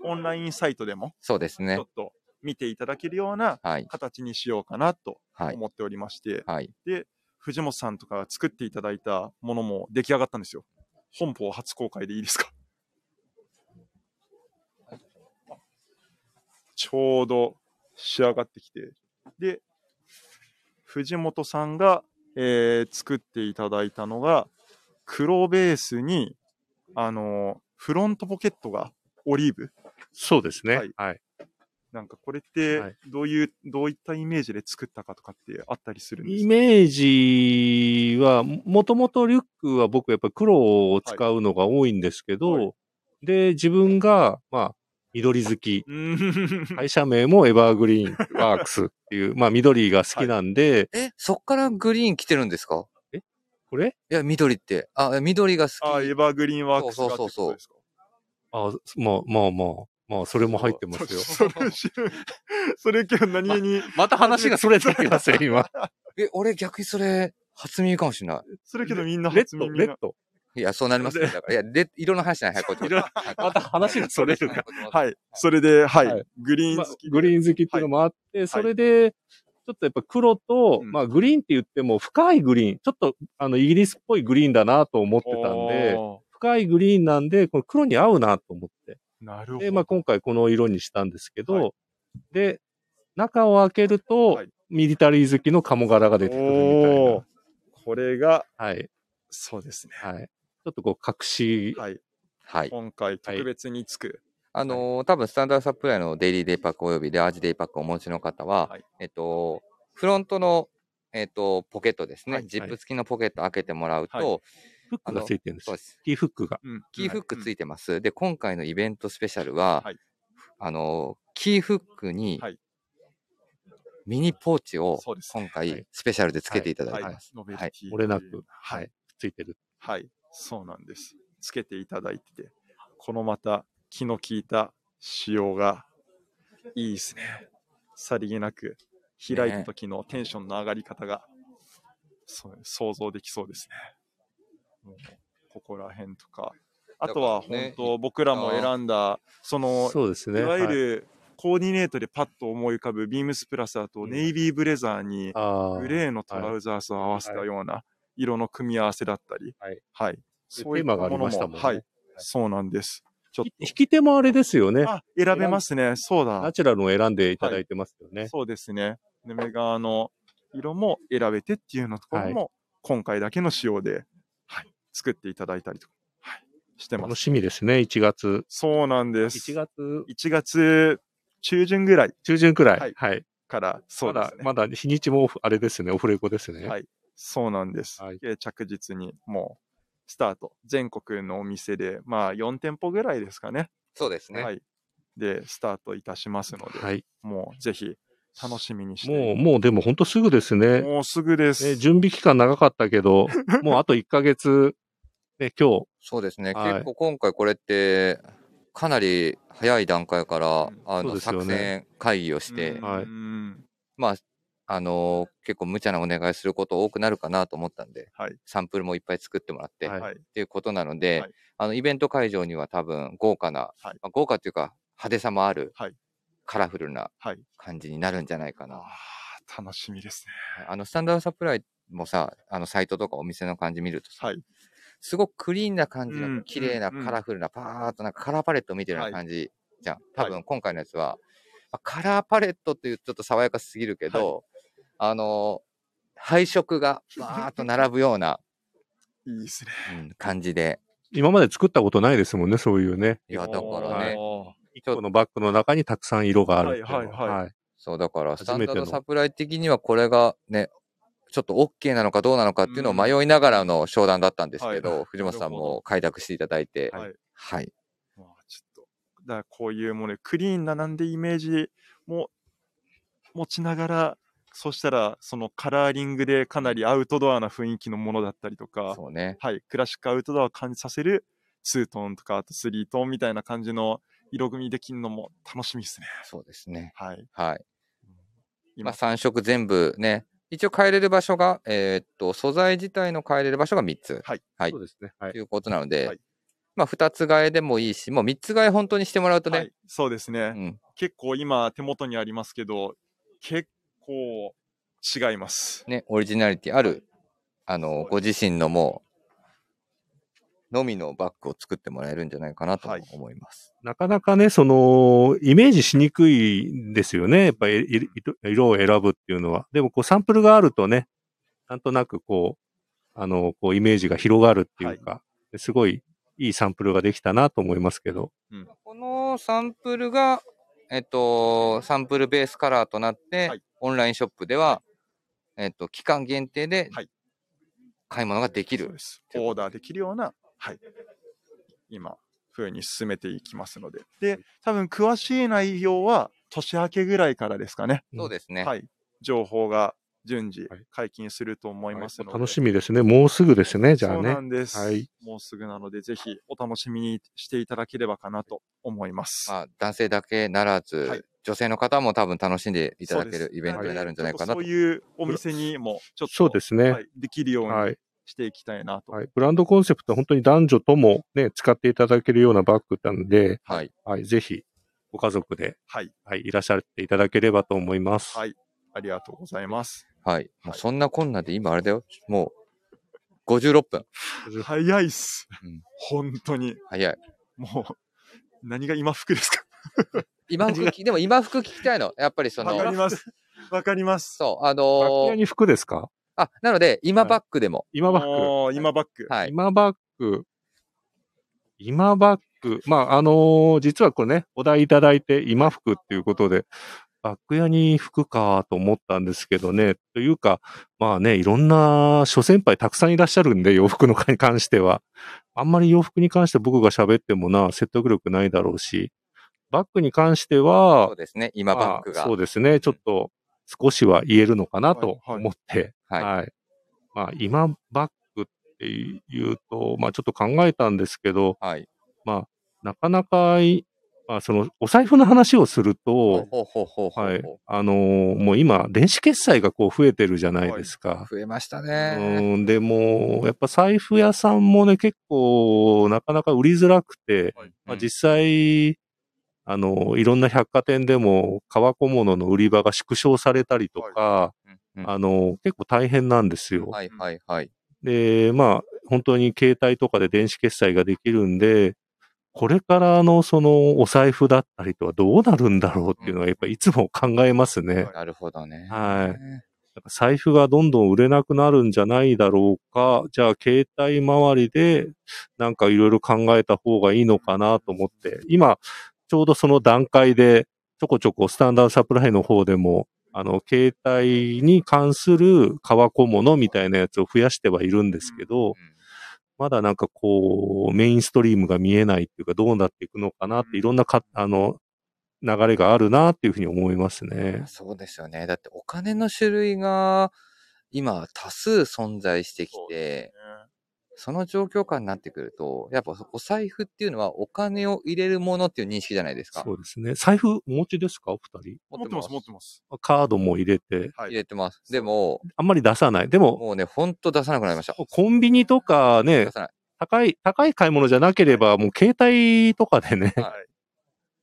Speaker 2: オンラインサイトでも
Speaker 1: そうです
Speaker 2: ち
Speaker 1: ね
Speaker 2: ょっ。と見ていただけるような
Speaker 1: はい。
Speaker 2: 形にしようかなと
Speaker 1: はい。
Speaker 2: 思っておりまして、
Speaker 1: はい。
Speaker 2: 藤本さんとか作っていただいたものも出来上がったんですよ。本邦初公開でいいですか ちょうど仕上がってきて。で、藤本さんが、えー作っていただいたのが、黒ベースに、あのーフロントポケットがオリーブ。
Speaker 3: そうですね。は
Speaker 2: はいい。なんかこれって
Speaker 3: はい、
Speaker 2: どういう、どういったイメージで作ったかとかってあったりするんで
Speaker 3: イ
Speaker 2: すか
Speaker 3: メージは、もともとリュックは僕やっぱり黒を使うのが多いんですけど、
Speaker 2: はいは
Speaker 3: で、自分が、まあ、緑好き。
Speaker 2: うーん
Speaker 3: 会社名もエバーグリーンワークスっていう、まあ緑が好きなんで、
Speaker 1: え、そっからグリーン来てるんですか
Speaker 3: これ
Speaker 1: いや、緑って。あ、緑が
Speaker 2: あ
Speaker 1: 好
Speaker 2: エ
Speaker 1: き。
Speaker 2: ヴァーグリーンワークスがって
Speaker 1: そう
Speaker 2: こ
Speaker 1: そうそうそう
Speaker 2: とですか
Speaker 3: あまあまあまあ、まあそれも入ってますよ。
Speaker 2: そ それ知らんそれ今日何気に、
Speaker 3: また話がそれてきますよ、今。
Speaker 1: え、俺逆にそれ、初耳かもしれな
Speaker 2: それけどみんな
Speaker 3: レッ
Speaker 2: 初
Speaker 3: ド、
Speaker 2: 耳
Speaker 3: レッ
Speaker 2: な。
Speaker 3: ド。
Speaker 1: い。いや、そうなりますね。だから、いや、で、色の話じゃない。はい、こっちこっち
Speaker 3: 色々
Speaker 1: はい
Speaker 3: また話がそれるか
Speaker 1: はい。
Speaker 2: はい。それで、はい。
Speaker 3: はい
Speaker 2: グリーン
Speaker 3: ま
Speaker 2: 好
Speaker 3: あ
Speaker 2: きで。
Speaker 3: グリー
Speaker 2: ン。
Speaker 3: ン好きっていうのもあって、それで、ちょっとやっぱ黒と、
Speaker 2: うん
Speaker 3: まあグリーンって言っても深いグリーン、ちょっとあのイギリスっぽいグリーンだなと思ってたんで、深いグリーンなんで、これ黒に合うなと思って。
Speaker 2: なるほど。
Speaker 3: で、まあ今回この色にしたんですけど、
Speaker 2: はい
Speaker 3: で、中を開けると、
Speaker 2: はい
Speaker 3: ミリタリー好きの鴨柄が出てくるみたい
Speaker 2: お
Speaker 3: な
Speaker 2: ー。これが、
Speaker 3: はい。
Speaker 2: そうですね。
Speaker 3: はい。ちょっとこう隠し、
Speaker 2: はい。
Speaker 1: はい。
Speaker 2: 今回特別につく。
Speaker 1: あのー多分スタンダードサプライのデイリーデイパックおよびレアージデイパックをお持ちの方は、
Speaker 2: はい
Speaker 1: えっと、フロントの、えっと、ポケットですね、
Speaker 2: はい
Speaker 1: ジップ付きのポケット開けてもらうと、
Speaker 2: はい
Speaker 3: フックがついてるんです
Speaker 1: そう
Speaker 3: よ
Speaker 1: で。す。
Speaker 3: キーフックが。
Speaker 2: うん
Speaker 1: キーフックつ
Speaker 2: い
Speaker 1: いてます。で、今回のイベントスペシャルは、
Speaker 2: はい
Speaker 1: あのーキーフックに
Speaker 2: はい、
Speaker 1: ミニポーチを
Speaker 2: そうですね
Speaker 1: 今
Speaker 3: は
Speaker 1: 回
Speaker 3: い
Speaker 1: スペシャルでつけていただい
Speaker 2: は
Speaker 1: て
Speaker 2: い
Speaker 1: ます。。
Speaker 2: ノベルティ
Speaker 3: 漏れなく、
Speaker 2: は
Speaker 3: はいい。。ついてる。
Speaker 2: はい。そうなんです。つけていただいてて、このまた気の利いた仕様がいいですね。さりげなく開いた時のテンションの上がり方が、そう想像できそうですね。もうここら辺とか。あとは
Speaker 1: だからね
Speaker 2: 本当僕らも選んだ、その、
Speaker 3: そうです
Speaker 2: い
Speaker 3: ね。
Speaker 2: わゆ
Speaker 3: はい、
Speaker 2: るコーディネートでパッと思い浮かぶビームスプラスだとネイビーブレザーに
Speaker 3: ああ。
Speaker 2: グレーのトラウザースを合わせたような色の組み合わせだったり、
Speaker 3: はい
Speaker 2: そういったもの
Speaker 3: テーマがありましたもんね
Speaker 2: はい
Speaker 3: はい、
Speaker 2: そうなんです。ちょっと
Speaker 3: 引き手もあれですよね。
Speaker 2: あ選べますね、そうだ
Speaker 3: ナ、チュラルを選んでいただいてますよね。
Speaker 2: そうですね。ヌメ側の色も選べてっていうようなところも、今回だけの仕様で、はい、作っていただいたりとか、はい、してま
Speaker 3: 楽
Speaker 2: す。
Speaker 3: しみですね、1月。
Speaker 2: そうなんです。
Speaker 3: 1月
Speaker 2: 1月中旬ぐらい
Speaker 3: 中旬くらい。
Speaker 2: は
Speaker 3: はいい。
Speaker 2: から、そうですね。
Speaker 3: まだ、まだ日にちもオフあれですね、オフレコですね。
Speaker 2: はいそうなんです。
Speaker 3: はい
Speaker 2: で着実にもうスタート。全国のお店で、まあ4店舗ぐらいですかね。
Speaker 1: そうですね。
Speaker 2: はい。で、スタートいたしますので、
Speaker 3: はい。
Speaker 2: もうぜひ楽しみにして。
Speaker 3: もう、もうでも本当すぐですね。
Speaker 2: もうすぐです。
Speaker 3: ね準備期間長かった けど、もうあと1ヶ月、ね、今日、
Speaker 1: そうですね、
Speaker 3: はい
Speaker 1: 結構今回これってかなり早い段階から、
Speaker 2: うん
Speaker 1: あ
Speaker 3: そう
Speaker 1: の
Speaker 3: ですよ
Speaker 1: 作
Speaker 3: ね
Speaker 1: 戦会議をして、
Speaker 2: うん
Speaker 3: はい
Speaker 2: うん
Speaker 1: まああの結構無茶なお願いすること多くなるかなと思ったんで、
Speaker 2: はい
Speaker 1: サンプルもいっぱい作ってもらって、
Speaker 3: はい
Speaker 1: い、っていうことなので、
Speaker 2: はい
Speaker 1: あのイベント会場には多分豪華な、
Speaker 2: はい
Speaker 1: まあ、豪華というか派手さもある、
Speaker 2: はい
Speaker 1: カラフルな
Speaker 2: はい。
Speaker 1: 感じになるんじゃないか
Speaker 2: あ
Speaker 1: な。
Speaker 2: ー楽しみですね。
Speaker 1: あのスタンダードサプライもさあのサイトとかお店の感じ見るとさ
Speaker 2: はい。
Speaker 1: すごくクリーンな感じ
Speaker 2: う
Speaker 1: の
Speaker 2: ん
Speaker 1: 綺麗な
Speaker 2: うんうん
Speaker 1: カラフルなパーッとなんかカラーパレットを見てるような
Speaker 2: は
Speaker 1: 感じじゃん。
Speaker 2: はい
Speaker 1: 多分今回のやつは、まあカラーパレットっていうちょっと爽やかすぎるけど、あのー配色がバーッと並ぶよう な、
Speaker 2: いいですね。
Speaker 1: うん感じで。
Speaker 3: 今まで作ったことないですもんね、そういうね。
Speaker 1: いや、だから
Speaker 3: はい
Speaker 1: ね、
Speaker 2: おー
Speaker 1: ちょっと
Speaker 3: 1個のバッグの中にたくさん色があるってうの
Speaker 2: はいはいはい
Speaker 1: そう、だからスタン
Speaker 3: 初め
Speaker 1: ダー
Speaker 3: ての
Speaker 1: ドサプライ的にはこれがね、ちょっと OK なのかどうなのかっていうのを迷いながらの商談だったんですけど、藤本さん
Speaker 2: なるほ
Speaker 1: も開拓していただいて、
Speaker 2: はい
Speaker 1: はい。
Speaker 2: まあ、ちょっと、だからこういうもうね、クリーンななんでイメージも持ちながら、そしたら、そのカラーリングでかなりアウトドアな雰囲気のものだったりとか、
Speaker 1: そうね。
Speaker 2: はい、クラシックアウトドアを感じさせるツートンとか、あとスリートンみたいな感じの色組みできるのも楽しみですね。
Speaker 1: そうですね。
Speaker 2: はい。
Speaker 1: はい。今、
Speaker 2: 今
Speaker 1: 3色全部ね、一応変えれる場所が、えーっと、素材自体の変えれる場所が3つはい
Speaker 3: そうですね。はい
Speaker 1: と。いうことなので、
Speaker 2: はい
Speaker 1: まあ、2つ替えでもいいし、もう3つ替え本当にしてもらうとね、
Speaker 2: はい、そうですね、
Speaker 1: うん、
Speaker 2: 結構今手元にありますけど、結構違います。
Speaker 1: ね、オリジナリティある、あの、ご自身のもう、のみのバッグを作ってもらえるんじゃないかなと
Speaker 2: はい
Speaker 1: 思います。
Speaker 3: なかなかね、その、イメージしにくいんですよね。やっぱりいい色を選ぶっていうのは。でも、こう、サンプルがあるとね、なんとなくこう、あの、こう、イメージが広がるっていうか、すごいいいサンプルができたなと思いますけど。
Speaker 1: このサンプルが、えっと、サンプルベースカラーとなって、
Speaker 2: はい
Speaker 1: オンラインショップでは、えっと、期間限定で
Speaker 2: はい
Speaker 1: 買い物ができ
Speaker 2: そう
Speaker 1: る。
Speaker 2: です。オーダーできるような、はい、今、風に進めていきますので。で、多分詳しい内容は年明けぐらいからですかね。
Speaker 3: うん
Speaker 1: そうですね。
Speaker 2: はい。情報が順次
Speaker 3: はい
Speaker 2: 解禁すると思いますので。
Speaker 3: 楽しみですね。もうすぐですね、じゃあ
Speaker 2: そう
Speaker 3: ね
Speaker 2: な。んです、
Speaker 3: はい
Speaker 2: もうすぐなので、ぜひお楽しみにしていただければかなと思います。
Speaker 1: まあ、男性だけならず、
Speaker 2: はい
Speaker 1: 女性の方も多分楽しんでいただけ
Speaker 2: そ
Speaker 1: る
Speaker 2: うです
Speaker 1: イベントになるんじゃないかな
Speaker 2: の
Speaker 1: と
Speaker 2: でちょっとそういうお店にも、ちょっと、
Speaker 3: そうですね。
Speaker 2: はい、できるよう
Speaker 3: は
Speaker 2: に
Speaker 3: い。
Speaker 2: していきたいなと。
Speaker 3: はい。ブランドコンセプト、本当に男女ともね、使っていただけるようなバッグなんで、
Speaker 1: はい。
Speaker 3: はい。ぜひ、ご家族で、
Speaker 2: はい。
Speaker 3: はい、いらっしゃっていただければと思います。
Speaker 2: はいありがとうございます。
Speaker 1: はい。もうそんなこんなで今あれだよ。もう56分。
Speaker 2: 早いっす。
Speaker 1: うん
Speaker 2: 本当に。
Speaker 1: 早い。
Speaker 2: もう、何が今服ですか
Speaker 1: 今服き、でも今服聞きたいの。やっぱりそ
Speaker 2: わかり
Speaker 1: の、
Speaker 2: ます。わかります。
Speaker 1: そう、あ
Speaker 3: 楽
Speaker 1: の
Speaker 3: 屋
Speaker 1: ー
Speaker 3: に服ですか
Speaker 1: あ、なので、今
Speaker 3: はい
Speaker 1: バックでも。
Speaker 3: 今バッグ。
Speaker 2: もう今バッグ。
Speaker 1: はい。
Speaker 3: 今バッグ、今バッグ、まあ、あのー実はこれね、お題いただいて、今服っていうことで、バッグ屋に服かと思ったんですけどね、というか、まあね、いろんな諸先輩たくさんいらっしゃるんで、洋服のかに関しては。あんまり洋服に関して僕が喋ってもな、説得力ないだろうし、バッグに関して
Speaker 1: そ
Speaker 3: は
Speaker 1: う、ですね。今バック
Speaker 3: ま
Speaker 1: が。
Speaker 3: あそうですね、ちょっと少しは言えるのかなと
Speaker 2: はいはい
Speaker 3: 思って、
Speaker 1: はい。
Speaker 3: はい。まあ、今バックっていうと、まあ、ちょっと考えたんですけど、
Speaker 1: はい。
Speaker 3: なかなかい、まあ、その、お財布の話をすると、
Speaker 1: ほうほうほうほう。
Speaker 3: はい。あのーもう今、電子決済がこう増えてるじゃないですか。
Speaker 1: 増えました
Speaker 3: う
Speaker 1: ね。
Speaker 3: ん、でも、やっぱ財布屋さんもね、結構、なかなか売りづらくて、
Speaker 2: はい
Speaker 3: まあ、
Speaker 1: うん
Speaker 3: 実際、あの、いろんな百貨店でも、革小物の売り場が縮小されたりとか、
Speaker 1: うん
Speaker 3: あの、結構大変なんですよ。
Speaker 1: はいはいはい。
Speaker 3: で、まあ、本当に携帯とかで電子決済ができるんで、これからのそのお財布だったりとはどうなるんだろうっていうのはやっぱりいつも考えますね。
Speaker 2: はい
Speaker 1: なるほどね。
Speaker 3: はいなんか財布がどんどん売れなくなるんじゃないだろうか、じゃあ携帯周りでなんかいろいろ考えた方がいいのかなと思って、今ちょうどその段階でちょこちょこスタンダードサプライの方でも、あの、携帯に関する革小物みたいなやつを増やしてはいるんですけど、まだなんかこう、メインストリームが見えないっていうか、どうなっていくのかなって、いろんなか、あの、流れがあるなっていうふうに思います
Speaker 1: うん
Speaker 3: ね。
Speaker 1: そうですよね。だってお金の種類が今多数存在してき
Speaker 2: そう
Speaker 1: て、
Speaker 2: ね
Speaker 1: その状況下になってくると、やっぱお財布っていうのはお金を入れるものっていう認識じゃないですか。
Speaker 3: そうですね。財布お持ちですかお二人。
Speaker 2: 持ってます、持ってます。
Speaker 3: カードも入れて、
Speaker 2: は
Speaker 1: 入
Speaker 2: い。
Speaker 1: れてます。でも、
Speaker 3: あんまり出さない。でも、
Speaker 1: もうね、ほんと出さなくなりました。
Speaker 3: コンビニとかね
Speaker 1: 出、さない。
Speaker 3: 高い、高い買い物じゃなければ、もう携帯とかでね、
Speaker 1: はい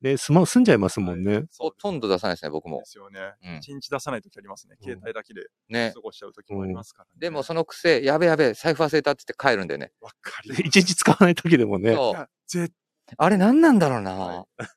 Speaker 3: ね、済ま、済んじゃいますもんね。
Speaker 1: ほとんど出さないですね、僕も
Speaker 2: で。すよね。
Speaker 1: うん
Speaker 2: 一日出さないときありますね。携帯だけで
Speaker 1: ね
Speaker 2: 過。ごしちゃうときもありますからね。
Speaker 1: でもそのくせ、やべやべ、財布忘れたって言って帰るんだよね。
Speaker 2: わかります
Speaker 3: 一日使わない時でもね。
Speaker 2: い
Speaker 1: そう。
Speaker 2: や絶
Speaker 1: あれ何なんだろう
Speaker 2: は
Speaker 1: な。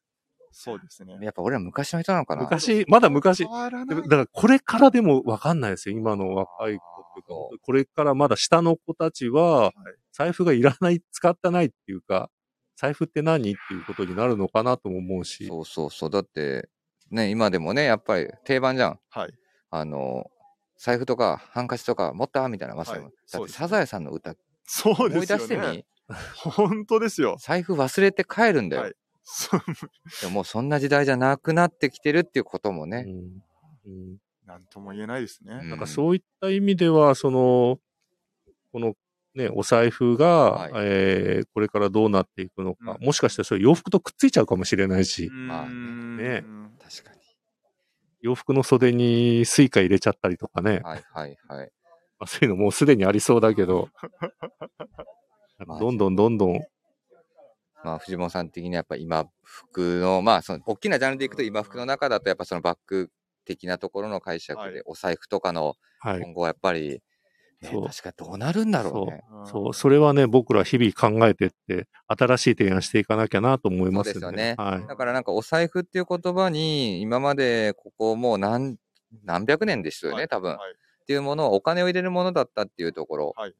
Speaker 2: そうですね。
Speaker 1: やっぱ俺ら昔の人なのかな。
Speaker 3: 昔、まだ昔
Speaker 2: 変、わらな
Speaker 3: で
Speaker 2: い
Speaker 3: もだからこれからでもわかんないですよ。今の若い子って
Speaker 1: あ
Speaker 3: いうか、これからまだ下の子たちは、
Speaker 2: はい
Speaker 3: 財布がいらない、使ってないっていうか、財布って何っていうことになるのかなとも思うし。
Speaker 1: そうそうそう。だって、ね、今でもね、やっぱり定番じゃん。
Speaker 2: はい。
Speaker 1: あの、財布とかハンカチとか持ったみたいな、まさに。
Speaker 2: はい
Speaker 1: だ
Speaker 2: そ
Speaker 1: っ
Speaker 2: う
Speaker 1: て
Speaker 2: です
Speaker 1: サザエさんの歌、
Speaker 2: そう
Speaker 1: 思
Speaker 2: で
Speaker 1: い
Speaker 2: す
Speaker 1: 出
Speaker 2: よ
Speaker 1: してみ、
Speaker 2: ね。本当ですよ。
Speaker 1: 財布忘れて帰るんだよ。
Speaker 2: はいそう
Speaker 1: でももうそんな時代じゃなくなってきてるっていうこともね。
Speaker 3: うんうん
Speaker 2: なんとも言えないですね。
Speaker 1: うん
Speaker 3: なんかそういった意味では、その、このね、お財布が、
Speaker 1: はい
Speaker 3: えーこれからどうなっていくのか、
Speaker 2: うん
Speaker 3: もしかしたらそれ洋服とくっついちゃうかもしれないし、
Speaker 1: まあ
Speaker 2: う
Speaker 1: ね
Speaker 2: ーん
Speaker 3: ね
Speaker 1: 確かに。
Speaker 3: 洋服の袖にスイカ入れちゃったりとかね、
Speaker 1: はいはいはい。
Speaker 3: まあそういうのもうすでにありそうだけ ど、なんかどんどんどんどん、
Speaker 1: まあ藤本さん的にはやっぱ今服の、まあその大きなジャンルでいくと今服の中だとやっぱそのバック的なところの解釈
Speaker 2: は
Speaker 1: でお財布とかの
Speaker 3: はい。
Speaker 1: 今後はやっぱり、ね
Speaker 3: そう
Speaker 1: 確かどうなるんだろうね。
Speaker 2: うん
Speaker 3: そう、それはね、僕ら日々考えてって、新しい提案していかなきゃなと思います
Speaker 1: そうですよね
Speaker 3: はい。
Speaker 1: だからなんかお財布っていう言葉に今までここもう何何百年ですよ
Speaker 2: は
Speaker 1: ね
Speaker 2: い
Speaker 1: 多分、
Speaker 2: はい
Speaker 1: っていうものはお金を入れるものだったっていうところ、
Speaker 2: はい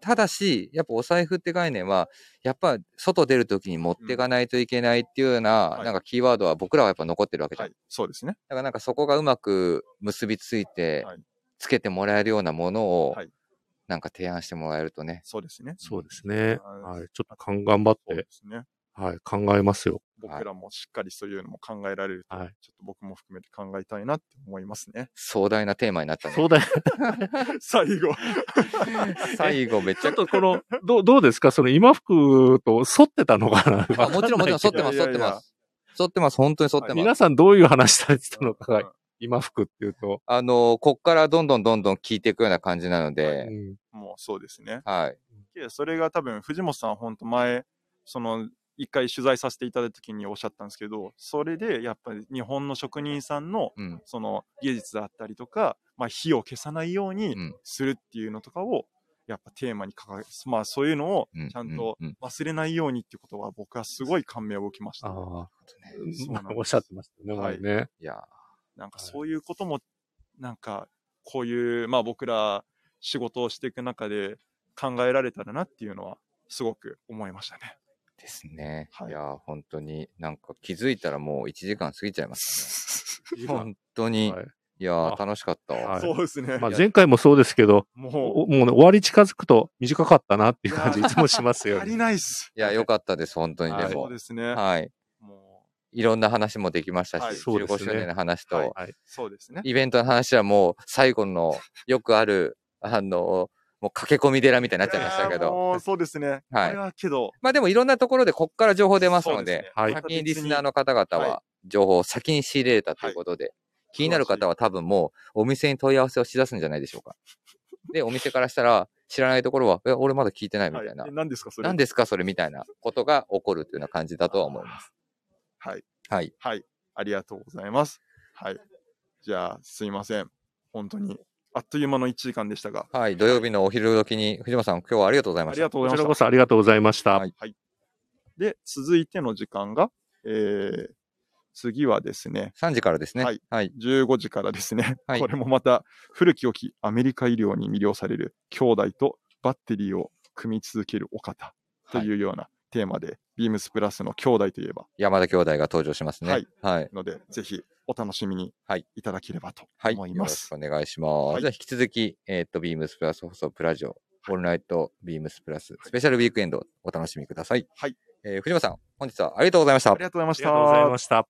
Speaker 1: ただしやっぱお財布って概念はやっぱ外出る時に持っていかないといけないっていうような,、
Speaker 2: はい
Speaker 1: なんかキーワードは僕らはやっぱ残ってるわけじゃ
Speaker 2: は
Speaker 1: ん、
Speaker 2: い、そうですね。
Speaker 1: だからなんかそこがうまく結びついて
Speaker 2: はい
Speaker 1: つけてもらえるようなものを
Speaker 2: はい
Speaker 1: なんか提案してもらえるとね、。
Speaker 2: そうですね。
Speaker 3: そうですね。
Speaker 2: うん
Speaker 3: はい。ちょっとかん頑張っ
Speaker 2: そうで
Speaker 3: て、
Speaker 2: すね。
Speaker 3: はい、考えますよ。
Speaker 2: 僕らもしっかりそういうのも考えられると、
Speaker 3: はい
Speaker 2: ちょっと僕も含めて考えたいなって思いますね
Speaker 1: 壮大なテーマになったね
Speaker 3: そうだよ。
Speaker 2: 最後。
Speaker 1: 最後めっち
Speaker 3: ちょ
Speaker 1: ゃ
Speaker 3: っとこの、どう、どうですかその今服と沿ってたのかな
Speaker 1: あもちろんもちろん沿ってます沿
Speaker 2: いやいや
Speaker 1: っ
Speaker 2: い
Speaker 1: て
Speaker 2: や
Speaker 1: ます沿ってます本当に沿ってます、
Speaker 3: 皆さんどういう話されてたのか
Speaker 2: うん
Speaker 3: が、今服っていうと、
Speaker 1: あのこっからどんどんどんどん聞いていくような感じなので、
Speaker 3: うん
Speaker 2: もうそうですね。
Speaker 1: はい
Speaker 2: でそれが多分藤本さん本当前その一回取材させていただいた時におっしゃったんですけどそれでやっぱり日本の職人さんの
Speaker 1: うん
Speaker 2: その技術だったりとか、まあ、火を消さないように
Speaker 1: うん
Speaker 2: するっていうのとかをやっぱテーマに掲げ、まあそういうのを
Speaker 1: うん
Speaker 2: ちゃんと
Speaker 1: うんうん
Speaker 2: 忘れないようにってことは僕はすごい感銘を受けました。
Speaker 3: ああ、
Speaker 2: そうなんで す
Speaker 3: おっしゃってましたね、
Speaker 2: はい
Speaker 3: 前ね。
Speaker 1: いや
Speaker 2: なんかそういうことも、なんかこういう、まあ僕ら仕事をしていく中で考えられたらなっていうのはすごく思いました ね。
Speaker 1: ですね、、
Speaker 2: はいい
Speaker 1: や本当になんか気づいたらもう1時間過ぎちゃいますね本当に、
Speaker 3: はいい、
Speaker 1: や
Speaker 3: あ
Speaker 1: 楽しかったわ、
Speaker 3: はい
Speaker 2: そうですね。
Speaker 3: まあ前回もそうですけど、
Speaker 2: も
Speaker 3: おもうね、終わり近づくと短かったなっていう感じ、
Speaker 2: い
Speaker 3: い
Speaker 2: や
Speaker 3: つもします
Speaker 2: う、
Speaker 3: よ
Speaker 2: 足り
Speaker 3: ね。
Speaker 2: ないっす。
Speaker 1: いや良かったです本当に
Speaker 3: はい
Speaker 1: で
Speaker 2: そ
Speaker 1: も
Speaker 2: うですね。
Speaker 1: はい
Speaker 2: も
Speaker 1: いろんな話もできましたし、
Speaker 2: はい
Speaker 3: そうです
Speaker 1: 15
Speaker 3: ね
Speaker 1: 周年の話と、
Speaker 2: はい
Speaker 3: はい。
Speaker 2: う、そうですね。
Speaker 1: イベントの話はもう最後のよくあるあのもう駆け込み寺みたいになっちゃいましたけ
Speaker 2: いやー
Speaker 1: ど
Speaker 2: もうそうですね。
Speaker 1: はい
Speaker 2: これはけど、
Speaker 1: まあでもいろんなところでこっから情報出ます
Speaker 2: そう
Speaker 1: の
Speaker 2: です
Speaker 1: で
Speaker 2: ね
Speaker 3: はい
Speaker 1: 先にリスナーの
Speaker 2: 確
Speaker 1: 方々
Speaker 2: は
Speaker 1: は情報を先に仕入れたということで、気になる方は多分もうお店に問い合わせをしだすんじゃないでしょうか。で、お店からしたら知らないところは、え、俺まだ聞いてないみ
Speaker 2: 実に
Speaker 1: たいな。
Speaker 2: はいえ何ですかそれ。
Speaker 1: 何ですかそれみたいなことが起こるというような感じだとは思います。
Speaker 2: はい。
Speaker 1: はい。
Speaker 2: はい。ありがとうございます。はい。じゃあ、すいません。本当に、あっという間の1時間でしたが、
Speaker 1: はい。土曜日のお昼時に、藤本さん、今日はありがとうございま
Speaker 2: あ
Speaker 1: し
Speaker 2: り
Speaker 1: た。
Speaker 2: がとうご
Speaker 3: こ
Speaker 2: ざい
Speaker 3: ちら
Speaker 2: ま
Speaker 3: こ
Speaker 2: し
Speaker 3: そありがとうございました。
Speaker 1: はい
Speaker 2: た。で、続いての時間が、えー、次はですね、
Speaker 1: 3時からですね。は
Speaker 2: はいい。
Speaker 1: はい。
Speaker 2: 15時からですね、
Speaker 1: はい
Speaker 2: これもまた古き良きアメリカ医療に魅了される兄弟とバッテリーを組み続けるお方というようなテーマで、ビームスプラスの兄弟といえば
Speaker 1: 山田兄弟が登場しますね。は
Speaker 2: はいい。
Speaker 1: はい。
Speaker 2: ので、ぜひお楽しみに
Speaker 1: はい
Speaker 2: いただければと
Speaker 1: はい。
Speaker 2: 思い
Speaker 1: よ
Speaker 2: ま
Speaker 1: ろし
Speaker 2: す。
Speaker 1: くお願いします。
Speaker 2: はい
Speaker 1: じゃあ、引き続き、えっ、と、ビームスプラス放送プラジオ、オールナイトビームスプラス、スペシャルウィークエンド、お楽しみください。
Speaker 2: はい。
Speaker 1: えー藤本さん、本日はありがとうございました
Speaker 2: あり。がとうございまし
Speaker 3: ありがとうござい
Speaker 2: た
Speaker 3: ま。した。